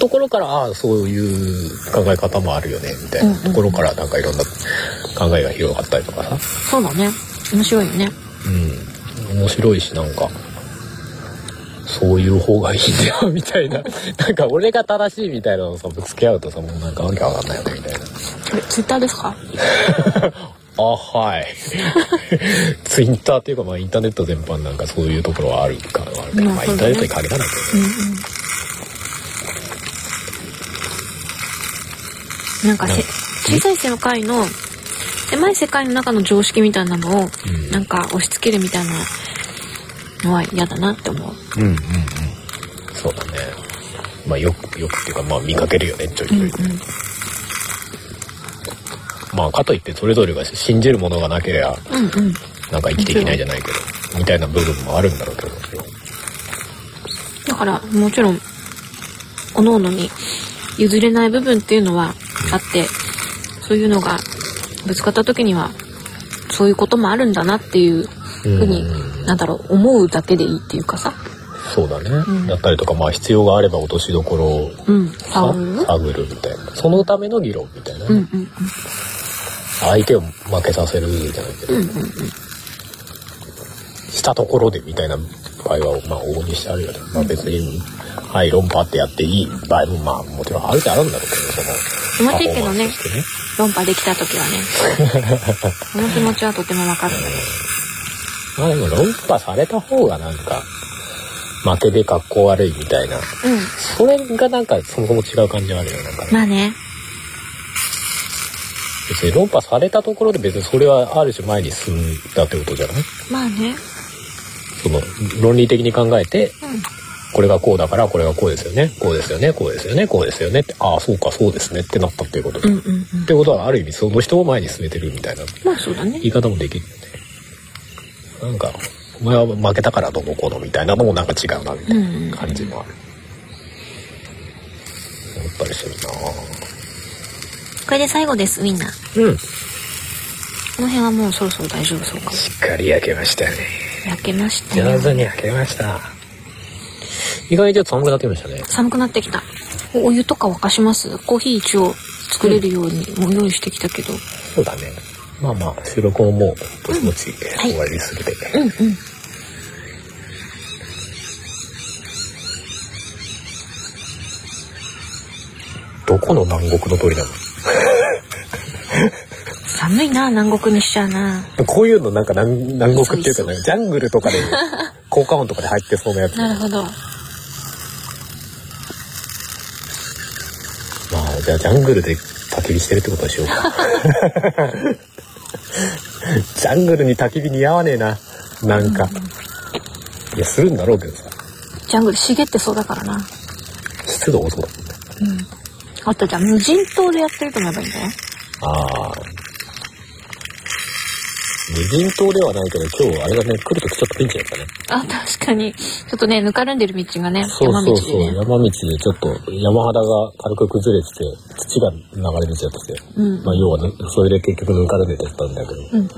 Speaker 2: ところから、ああ、そういう考え方もあるよね、みたいなところから、なんかいろんな考えが広がったりとかさ、
Speaker 3: そうだね面白いよね
Speaker 2: うん、面白いしなんかそういう方がいいんだよみたいな なんか俺が正しいみたいなのをさぶつけ合うとさもうなんかわけわかんないよねみたいな
Speaker 3: えツイッターですか
Speaker 2: あはい ツイッターっていうかまあインターネット全般なんかそういうところはあるからはあるけど、
Speaker 3: うん
Speaker 2: まあイ
Speaker 3: そ
Speaker 2: ン
Speaker 3: う
Speaker 2: タ
Speaker 3: だ
Speaker 2: ーネット
Speaker 3: ね
Speaker 2: に限らないけどね
Speaker 3: うんうんなんかせ小さい世の会の狭い世界の中の常識みたいなのを、
Speaker 2: ん
Speaker 3: なんか押し付けるみたいなのは嫌だなって思
Speaker 2: う
Speaker 3: う。
Speaker 2: んうんうん。そうだね。まあよく、よくっていうかまあ見かけるよね、ちょいちょい。まあかといってそれぞれが信じるものがなければ、
Speaker 3: うんうん。
Speaker 2: なんか生きていけないじゃないけど、みたいな部分もあるんだろうけど。
Speaker 3: だから、もちろん、各々に譲れない部分っていうのはあって、そういうのがぶつかった時には、そういうこともあるんだなっていうふうに、なんだろう、思うだけでいいっていうかさ。
Speaker 2: そうだね。
Speaker 3: うん
Speaker 2: だったりとかまあ必要があれば落としどころを
Speaker 3: うん。
Speaker 2: さ
Speaker 3: 触る
Speaker 2: 探るみたいな。そのための議論みたいな。
Speaker 3: うんうん
Speaker 2: 相手を負けさせるじゃないけど、
Speaker 3: うん。うんうんうん。
Speaker 2: したところでみたいな場合は、まあ、往々にしてあるよね。まあ、別に、はい、論破ってやっていい場合も、まあ、もちろんあるってあるんだろうけど、その、
Speaker 3: 気持ちいいけどね
Speaker 2: パフォーマンスとして
Speaker 3: 論破できた時はね。その気持ちはとてもわかる。
Speaker 2: まあ、でも論破された方がなんか、負けで格好悪いみたいな。
Speaker 3: うん。
Speaker 2: それがなんか、そもそも違う感じがあるよね。なんかね、
Speaker 3: まあね。
Speaker 2: 別に論破されたところで別にそれはある種前に進んだってことじゃない
Speaker 3: まあね。
Speaker 2: その、論理的に考えて、
Speaker 3: うん。
Speaker 2: これがこうだからこれがこうですよねこうですよねこうですよねこうですよねってああそうかそうですねってなったっていうこと、
Speaker 3: う
Speaker 2: っ
Speaker 3: んうんうん。
Speaker 2: てことはある意味その人を前に進めてるみたいな
Speaker 3: まあそうだね
Speaker 2: 言。い方もできるよねなんかお前は負けたからどうのこうのみたいなのもなんか違うなみた
Speaker 3: うんうんう
Speaker 2: い
Speaker 3: ん
Speaker 2: な感じもある思ったりするな
Speaker 3: これで最後です、ウィンナ
Speaker 2: ぁ
Speaker 3: ー。
Speaker 2: うん
Speaker 3: この辺はもうそろそろ大丈夫そうかも。
Speaker 2: しっかり焼けましたね
Speaker 3: 焼けましたよ
Speaker 2: 上手に焼けました意外と寒くなってきましたね
Speaker 3: 寒くなってきたおお湯とか沸かしますコーヒー一応作れるようにもう用意してきたけど
Speaker 2: そうだねまあまあ収録ももうぼちぼち終わりにするで、
Speaker 3: うんうん
Speaker 2: どこの南国の鳥なの
Speaker 3: 寒いな南国にしちゃうな
Speaker 2: こういうのなんか南南国っていうか
Speaker 3: そうそ
Speaker 2: ね、ジャングルと かで、効果音とかで入ってそうなやつ。
Speaker 3: な
Speaker 2: ま
Speaker 3: るほど
Speaker 2: あ、じゃあジャングルで焚き火してるってことにしようか。 ジャングルに焚き火似合わねえな。なんか。いや、するんだろうけどさ。
Speaker 3: ジャングル茂ってそうだからな
Speaker 2: 湿度多そうだもんね。
Speaker 3: あとじゃあ無人島でやってると思えばいいんだよ
Speaker 2: ああ。無人島ではないけど、今日あれがね、来るときちょっとピンチだったね。
Speaker 3: あ確かにちょっとねぬかるんでる道がね
Speaker 2: そう
Speaker 3: 山
Speaker 2: そ
Speaker 3: 道
Speaker 2: うそう、
Speaker 3: でね
Speaker 2: 山道でちょっと山肌が軽く崩れてて、土が流れ出ちゃってて、
Speaker 3: うん
Speaker 2: まあ要はね、それで結局ぬかるめてたんだけど、
Speaker 3: うんうん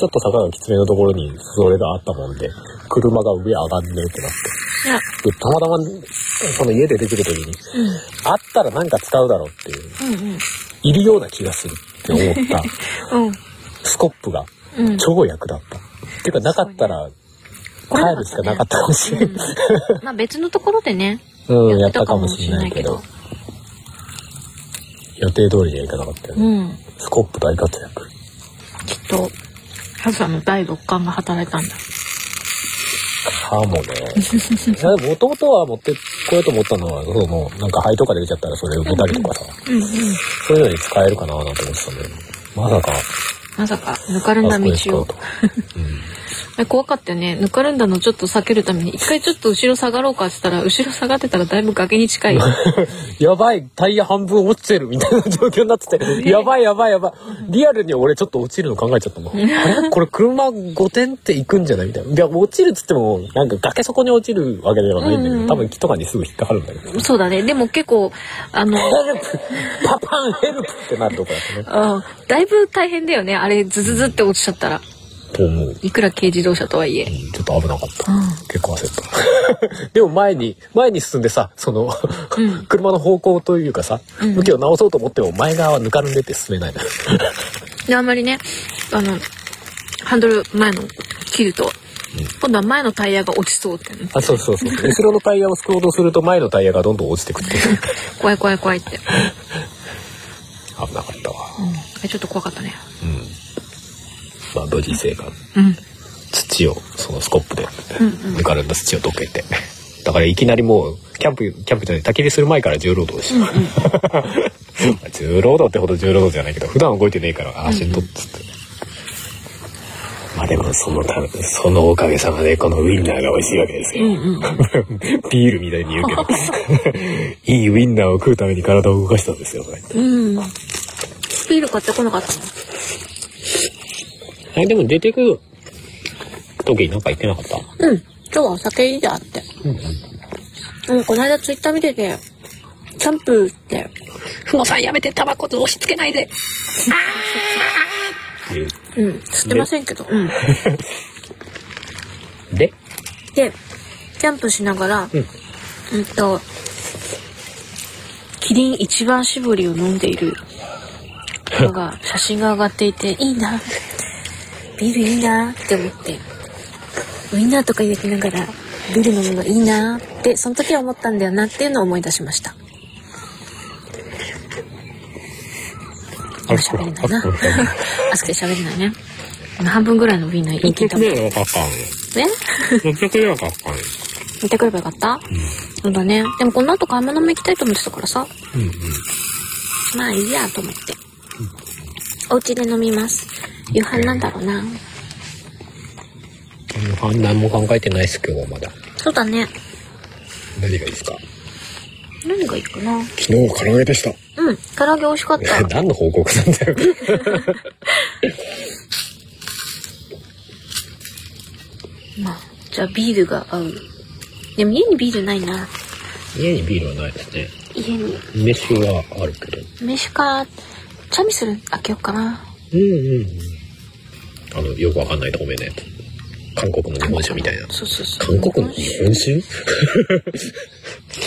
Speaker 2: ちょっと坂がきつめのところにそれがあったもんで、車が上上がんねえってなって。
Speaker 3: あ
Speaker 2: で、たまたま、その家で出てくるときに、あったらなんか使うだろうっていう、
Speaker 3: うんうん
Speaker 2: いるような気がするって思った、
Speaker 3: うん
Speaker 2: スコップが
Speaker 3: うん
Speaker 2: 超役立った。っていうかなかったら、帰るしかなかったかもしれない。
Speaker 3: まあ別のところでね
Speaker 2: うん、やったかもしれないけど。予定通りにはいかなかったよ
Speaker 3: う
Speaker 2: ね。
Speaker 3: ん
Speaker 2: スコップ大活躍。
Speaker 3: きっとハズさんの第六感が働いたんだ
Speaker 2: 歯 もね。いやでも弟は持ってこようと思ったのは、その、なんか肺とかで出ちゃったらそれを打たりとかさ、
Speaker 3: うんうん
Speaker 2: そういうのに使えるかななんて思ってたんだけど、まさか、あ
Speaker 3: まさかぬかるんだ
Speaker 2: そこで使
Speaker 3: 道
Speaker 2: う
Speaker 3: を
Speaker 2: と。
Speaker 3: え怖かったよねぬかるんだのちょっと避けるために一回ちょっと後ろ下がろうかって言ったら後ろ下がってたらだいぶ崖に近 いよ
Speaker 2: やばい、タイヤ半分落ちてるみたいな状況になってて、やばいやばいやばい。リアルに俺ちょっと落ちるの考えちゃったもん。あれこれ車5点って行くんじゃないみたいな。いや、落ちるっつっても、なんか崖底に落ちるわけではないんだけ
Speaker 3: うんう
Speaker 2: ど、
Speaker 3: ん
Speaker 2: 多分木とかにすぐ引っかかるんだけど。
Speaker 3: そうだねでも結構あの、
Speaker 2: ヘルプパパンヘルプってなるとこだったね。
Speaker 3: うんだいぶ大変だよねあれズズズって落ちちゃったら
Speaker 2: と思う。
Speaker 3: いくら軽自動車とはいえ
Speaker 2: ちょっと危なかった。
Speaker 3: うん
Speaker 2: 結構焦った。で も前に、前に進んでさ、その、
Speaker 3: うん
Speaker 2: 車の方向というかさ、
Speaker 3: うん
Speaker 2: 向きを直そうと思っても前側はぬかるんでて進めないの。
Speaker 3: であんまりねあのハンドル前の切ると、今度は前のタイヤが落ちそうってね
Speaker 2: あ、そうそうそう。後ろのタイヤを救おうとすると前のタイヤがどんどん落ちてくっていう。
Speaker 3: 怖い怖い怖いって、
Speaker 2: 危なかったわ。
Speaker 3: うんえちょっと怖かったね
Speaker 2: うん。まあ、無事生還。
Speaker 3: うん
Speaker 2: 土を、そのスコップで、
Speaker 3: うんうん
Speaker 2: ぬかるんだ土をどけて、だからいきなりもうキャンプキャンプじゃない焚き火する前から重労働でした、 重労働ってほど重労働じゃないけど普段動いてねえからあーしんどっつって、まあでもそのたそのおかげさまでこのウインナーが美味しいわけですよ、 ビールみたいに言うけどいいウインナーを食うために体を動かしたんですよとか言って
Speaker 3: うん。ビール買ってこなかったの
Speaker 2: えでも出てく時なんか言ってなかった
Speaker 3: うん。今日はお酒いいじゃんって。うん。この間ツイッター見てて、キャンプって、
Speaker 2: ふもさんやめてタバコ押し付けないで
Speaker 3: うん、吸ってませんけど、うん。
Speaker 2: で
Speaker 3: で、キャンプしながら、
Speaker 2: うん
Speaker 3: うんと、キリン一番搾りを飲んでいるのが、 写真が上がっていて、いいな、ビールいいなって思って、ウインナーとか焼きながら、ビール飲むのいいなって、その時は思ったんだよなっていうのを思い出しました。
Speaker 2: あ
Speaker 3: 喋れないな。 あそこで喋れないね。半分ぐらいのウインナー言い切ったもんね。
Speaker 2: よかった600よかった
Speaker 3: 見てくればよかった、そうだね。でもこの後買い物も行きたいと思ってたからさ。
Speaker 2: うんうん
Speaker 3: まあいいやと思って。お家で飲みます。夕飯なんだろうな。
Speaker 2: 判断も考えてないです今日はまだ
Speaker 3: そうだね。
Speaker 2: 何がいいですか
Speaker 3: 何がいいかな。
Speaker 2: 昨日は唐揚げでした
Speaker 3: うん。唐揚げ美味しかった。
Speaker 2: 何の報告なんだよ
Speaker 3: まあ、じゃあビールが合う。でも家にビールないな。
Speaker 2: 家にビールはないですね
Speaker 3: 家に。
Speaker 2: 飯はあるけど
Speaker 3: 飯か、チャミスル開けようかな。
Speaker 2: うんうんうんあのよくわかんない透明なやつ韓国の日本酒みたいな
Speaker 3: そうそうそ
Speaker 2: 韓
Speaker 3: う。
Speaker 2: 国の日本酒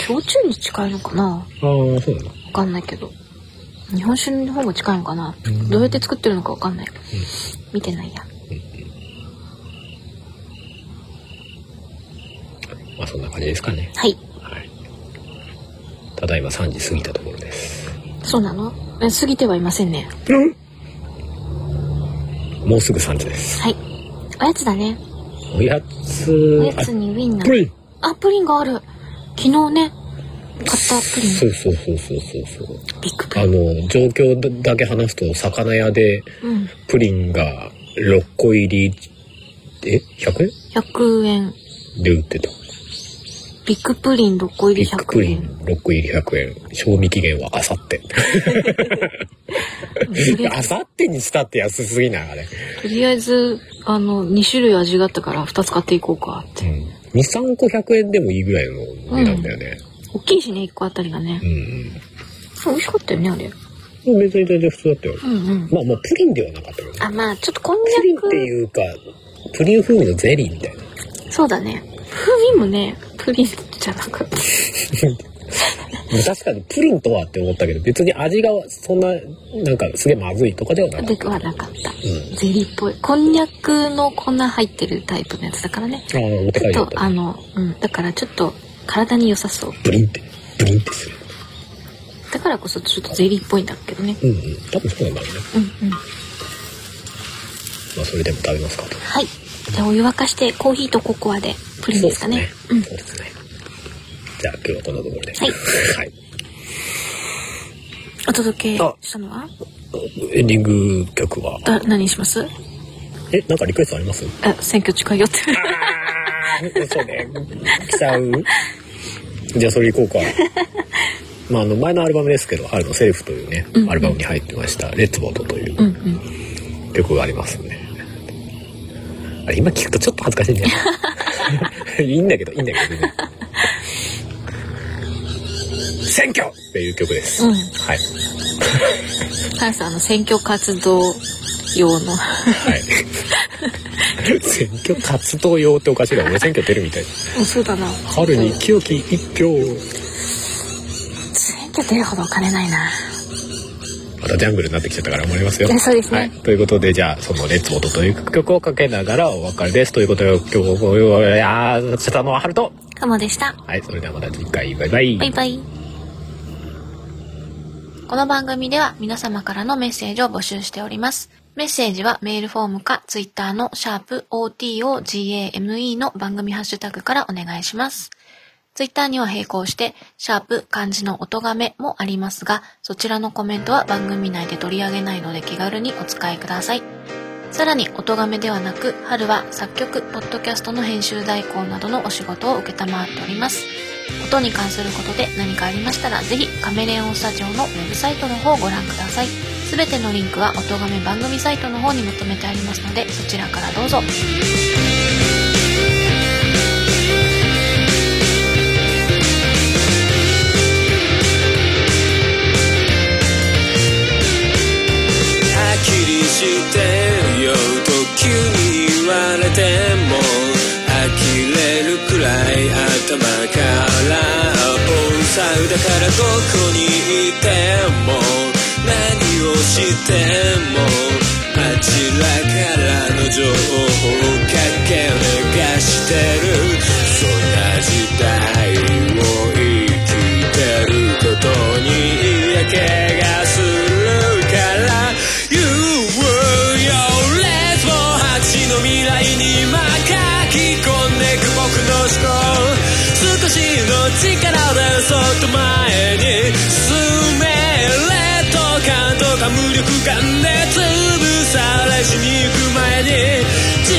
Speaker 3: 焼酎に近いのかな
Speaker 2: ああそうなの
Speaker 3: わかんないけど。日本酒の方が近いのかな、どうやって作ってるのかわかんない。見てないや。
Speaker 2: まあそんな感じですかね
Speaker 3: はい。
Speaker 2: はい。ただいま3時過ぎたところです。
Speaker 3: そうなのえ過ぎてはいませんね。
Speaker 2: もうすぐ3時です。
Speaker 3: はい。おやつだね。
Speaker 2: おやつ
Speaker 3: おや、つにウインナ
Speaker 2: あプ
Speaker 3: ー。
Speaker 2: リン
Speaker 3: あ、プリンがある。昨日ね、買ったプリ
Speaker 2: そうそうそうそうそうそう。
Speaker 3: ン。ビッグプ
Speaker 2: あ
Speaker 3: リン。
Speaker 2: の、状況だけ話すと、魚屋で
Speaker 3: うん。
Speaker 2: プリンが6個入り、え ?100
Speaker 3: 100円。
Speaker 2: 円で売ってた。
Speaker 3: ビッグプリン6個入
Speaker 2: ビ
Speaker 3: り
Speaker 2: ッグプ
Speaker 3: 100
Speaker 2: リン
Speaker 3: 円。
Speaker 2: 6個入り100円。賞味期限はあさって。
Speaker 3: とりあ
Speaker 2: あさってにしたって安すぎないあれ。
Speaker 3: とりあえず、あの、2種類味があったから2つ買っていこうかって。
Speaker 2: うん。2、3個100円でもいいぐらいの値段だよね。
Speaker 3: 大きいしね、1個あたりがね
Speaker 2: う。ん。
Speaker 3: 美味しかったよね、あれ。
Speaker 2: うん、別に大体普通だったよ。
Speaker 3: うんうん。
Speaker 2: まあまあプリンではなかったけどね。
Speaker 3: あ、まあ、ちょっとこんに
Speaker 2: プリン
Speaker 3: ゃ
Speaker 2: って
Speaker 3: く。
Speaker 2: いうか、プリン風味のゼリーみたいな。
Speaker 3: そうだね。風味もね、プリンじゃなかった。
Speaker 2: 確かにプリンとはって思ったけど、別に味がそんな、なんかすげえまずいとかではなかっ
Speaker 3: ではなかった。
Speaker 2: た。うん。
Speaker 3: ゼリーっぽい。こんにゃくの粉入ってるタイプのやつだからね。
Speaker 2: ああ、お手
Speaker 3: ちょ
Speaker 2: 紙だ
Speaker 3: っ
Speaker 2: っ
Speaker 3: と、
Speaker 2: た
Speaker 3: あ。の、うん。だからちょっと体に良さそう。
Speaker 2: プリンって、プリンってする。
Speaker 3: だからこそちょっとゼリーっぽいんだけどね。
Speaker 2: うんうん。多分そうなんだろうね。
Speaker 3: うんうん。
Speaker 2: まあそれでも食べますかと。
Speaker 3: はい。じゃあお湯沸かしてコーヒーとココアでプリンですかね。
Speaker 2: そうですね。そうですね。じゃあ今日はこんなところで。
Speaker 3: はい
Speaker 2: はい。
Speaker 3: お届け
Speaker 2: あ
Speaker 3: したのは
Speaker 2: エンディング曲は、
Speaker 3: だ何にします
Speaker 2: え、なんかリクエストあります
Speaker 3: あ、選挙近いよって。
Speaker 2: そうね。来ちゃう。じゃあそれ行こう か。まああの前のアルバムですけど、春のセルフというね、アルバムに入ってました、レッツボートといううん
Speaker 3: うん。
Speaker 2: 曲がありますね。あれ今聞くとちょっと恥ずかしいんだよね。 いいんだけど、いいんだけどね。選挙っていう曲です。
Speaker 3: うん
Speaker 2: はい。
Speaker 3: カラさん、あの、選挙活動用の。
Speaker 2: はい。選挙活動用っておかしいな。俺選挙出るみたい。
Speaker 3: うんそうだな。
Speaker 2: 春に清き一票を。
Speaker 3: 選挙出るほどお金ないな。
Speaker 2: またジャングルになってきちゃったから思いますよ。
Speaker 3: ねそうですね
Speaker 2: はい。ということで、じゃあ、その、レッツボートという曲をかけながらお別れです。ということで、今日も、いやー、シャタのハルト。
Speaker 3: かもでした。
Speaker 2: はい、それではまた次回、バイバイ。
Speaker 3: バイバイ。この番組では皆様からのメッセージを募集しております。メッセージはメールフォームかツイッターのシャープ o t o g a m e の番組ハッシュタグからお願いします。ツイッターには並行して、シャープ漢字の音がめもありますが、そちらのコメントは番組内で取り上げないので気軽にお使いください。さらに、音がめではなく、春は作曲、ポッドキャストの編集代行などのお仕事を承っております。音に関することで何かありましたら、ぜひカメレオンスタジオのウェブサイトの方をご覧ください。すべてのリンクは音がめ番組サイトの方にまとめてありますので、そちらからどうぞ。
Speaker 1: はっきりしてるよと急に言われても呆れるくらい頭からボンサウだからどこにいても何をしてもあちらからの情報をかけ流してるそんな時代を生きてることに嫌気がするから言うよ列も8の未来に今書き込んでく僕の思考少しの力でそっと前に進めレッド感とか無力感で潰されしに行く前に小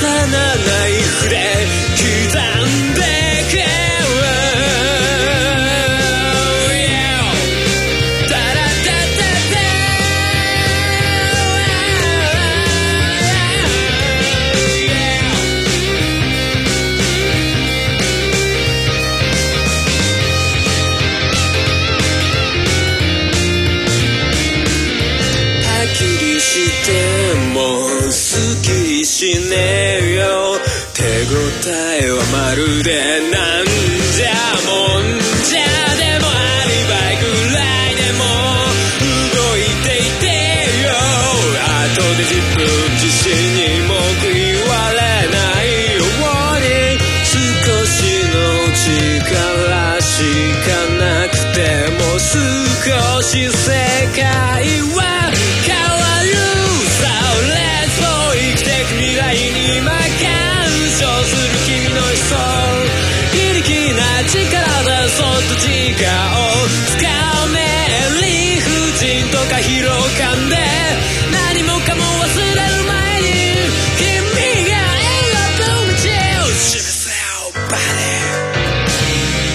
Speaker 1: さなナイフで刻んでけ Yeah. ダラダダダはっきりしてもすっきりしねえよ手応えはまるでなんじゃもんじゃでもアリバイぐらいでも動いていてよあとで自分自身に文句言われないように少しの力しかなくても少し世界は変わるさあ Let's go 生きてく未来に今干渉する君の悲想非力な力でそっと時間をつかめ理不尽とか疲労感で何もかも忘れる前に君が描く道を示せよバディ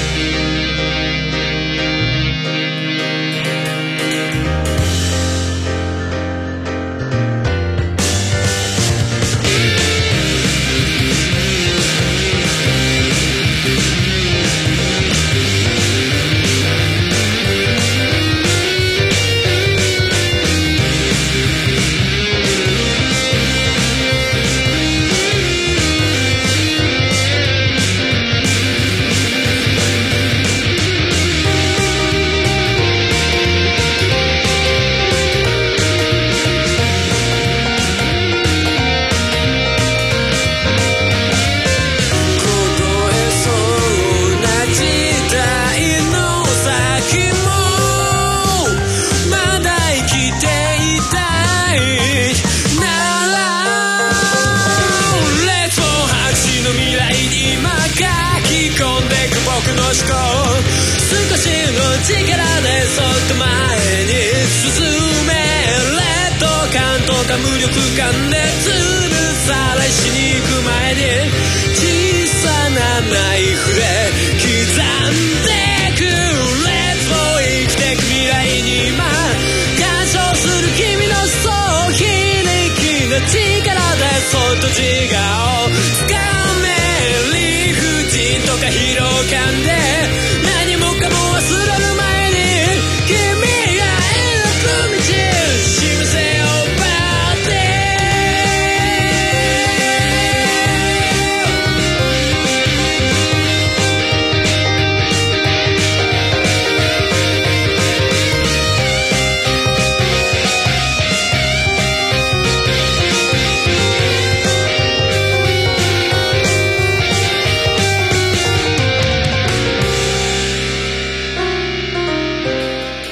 Speaker 1: 凍えそうな時代の先もまだ生きていたいなら列を8の未来に今書き込んでく僕の思考少しの力でそっと前に進め劣等感とか無力感で潰されしに行く前に小さなナイフで刻んでく列を生きてく未来に今干渉する君の想起力の力でそっと自我を掴め理不尽とか疲労感で何もかも忘れる前に君が描く道示せよバーテン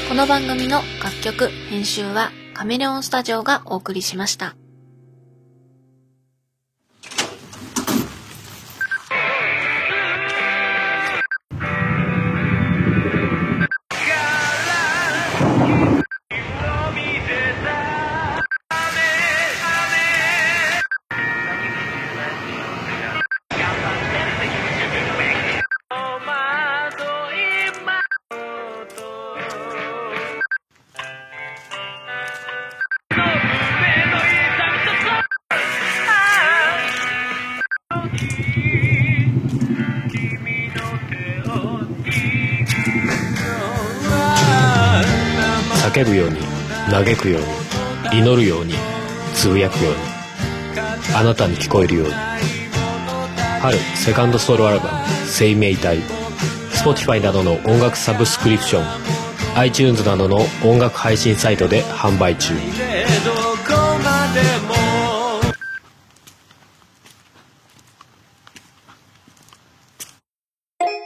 Speaker 3: この番組の楽曲、編集はカメレオンスタジオがお送りしました。
Speaker 2: 叫ぶように嘆くように祈るようにつぶやくようにあなたに聞こえるように春セカンドソロアルバム「生命体」Spotify などの音楽サブスクリプション iTunes などの音楽配信サイトで販売中
Speaker 1: でどこまでも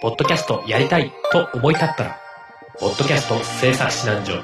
Speaker 2: ポッドキャストやりたいと思い立ったら「ポッドキャスト制作指南所」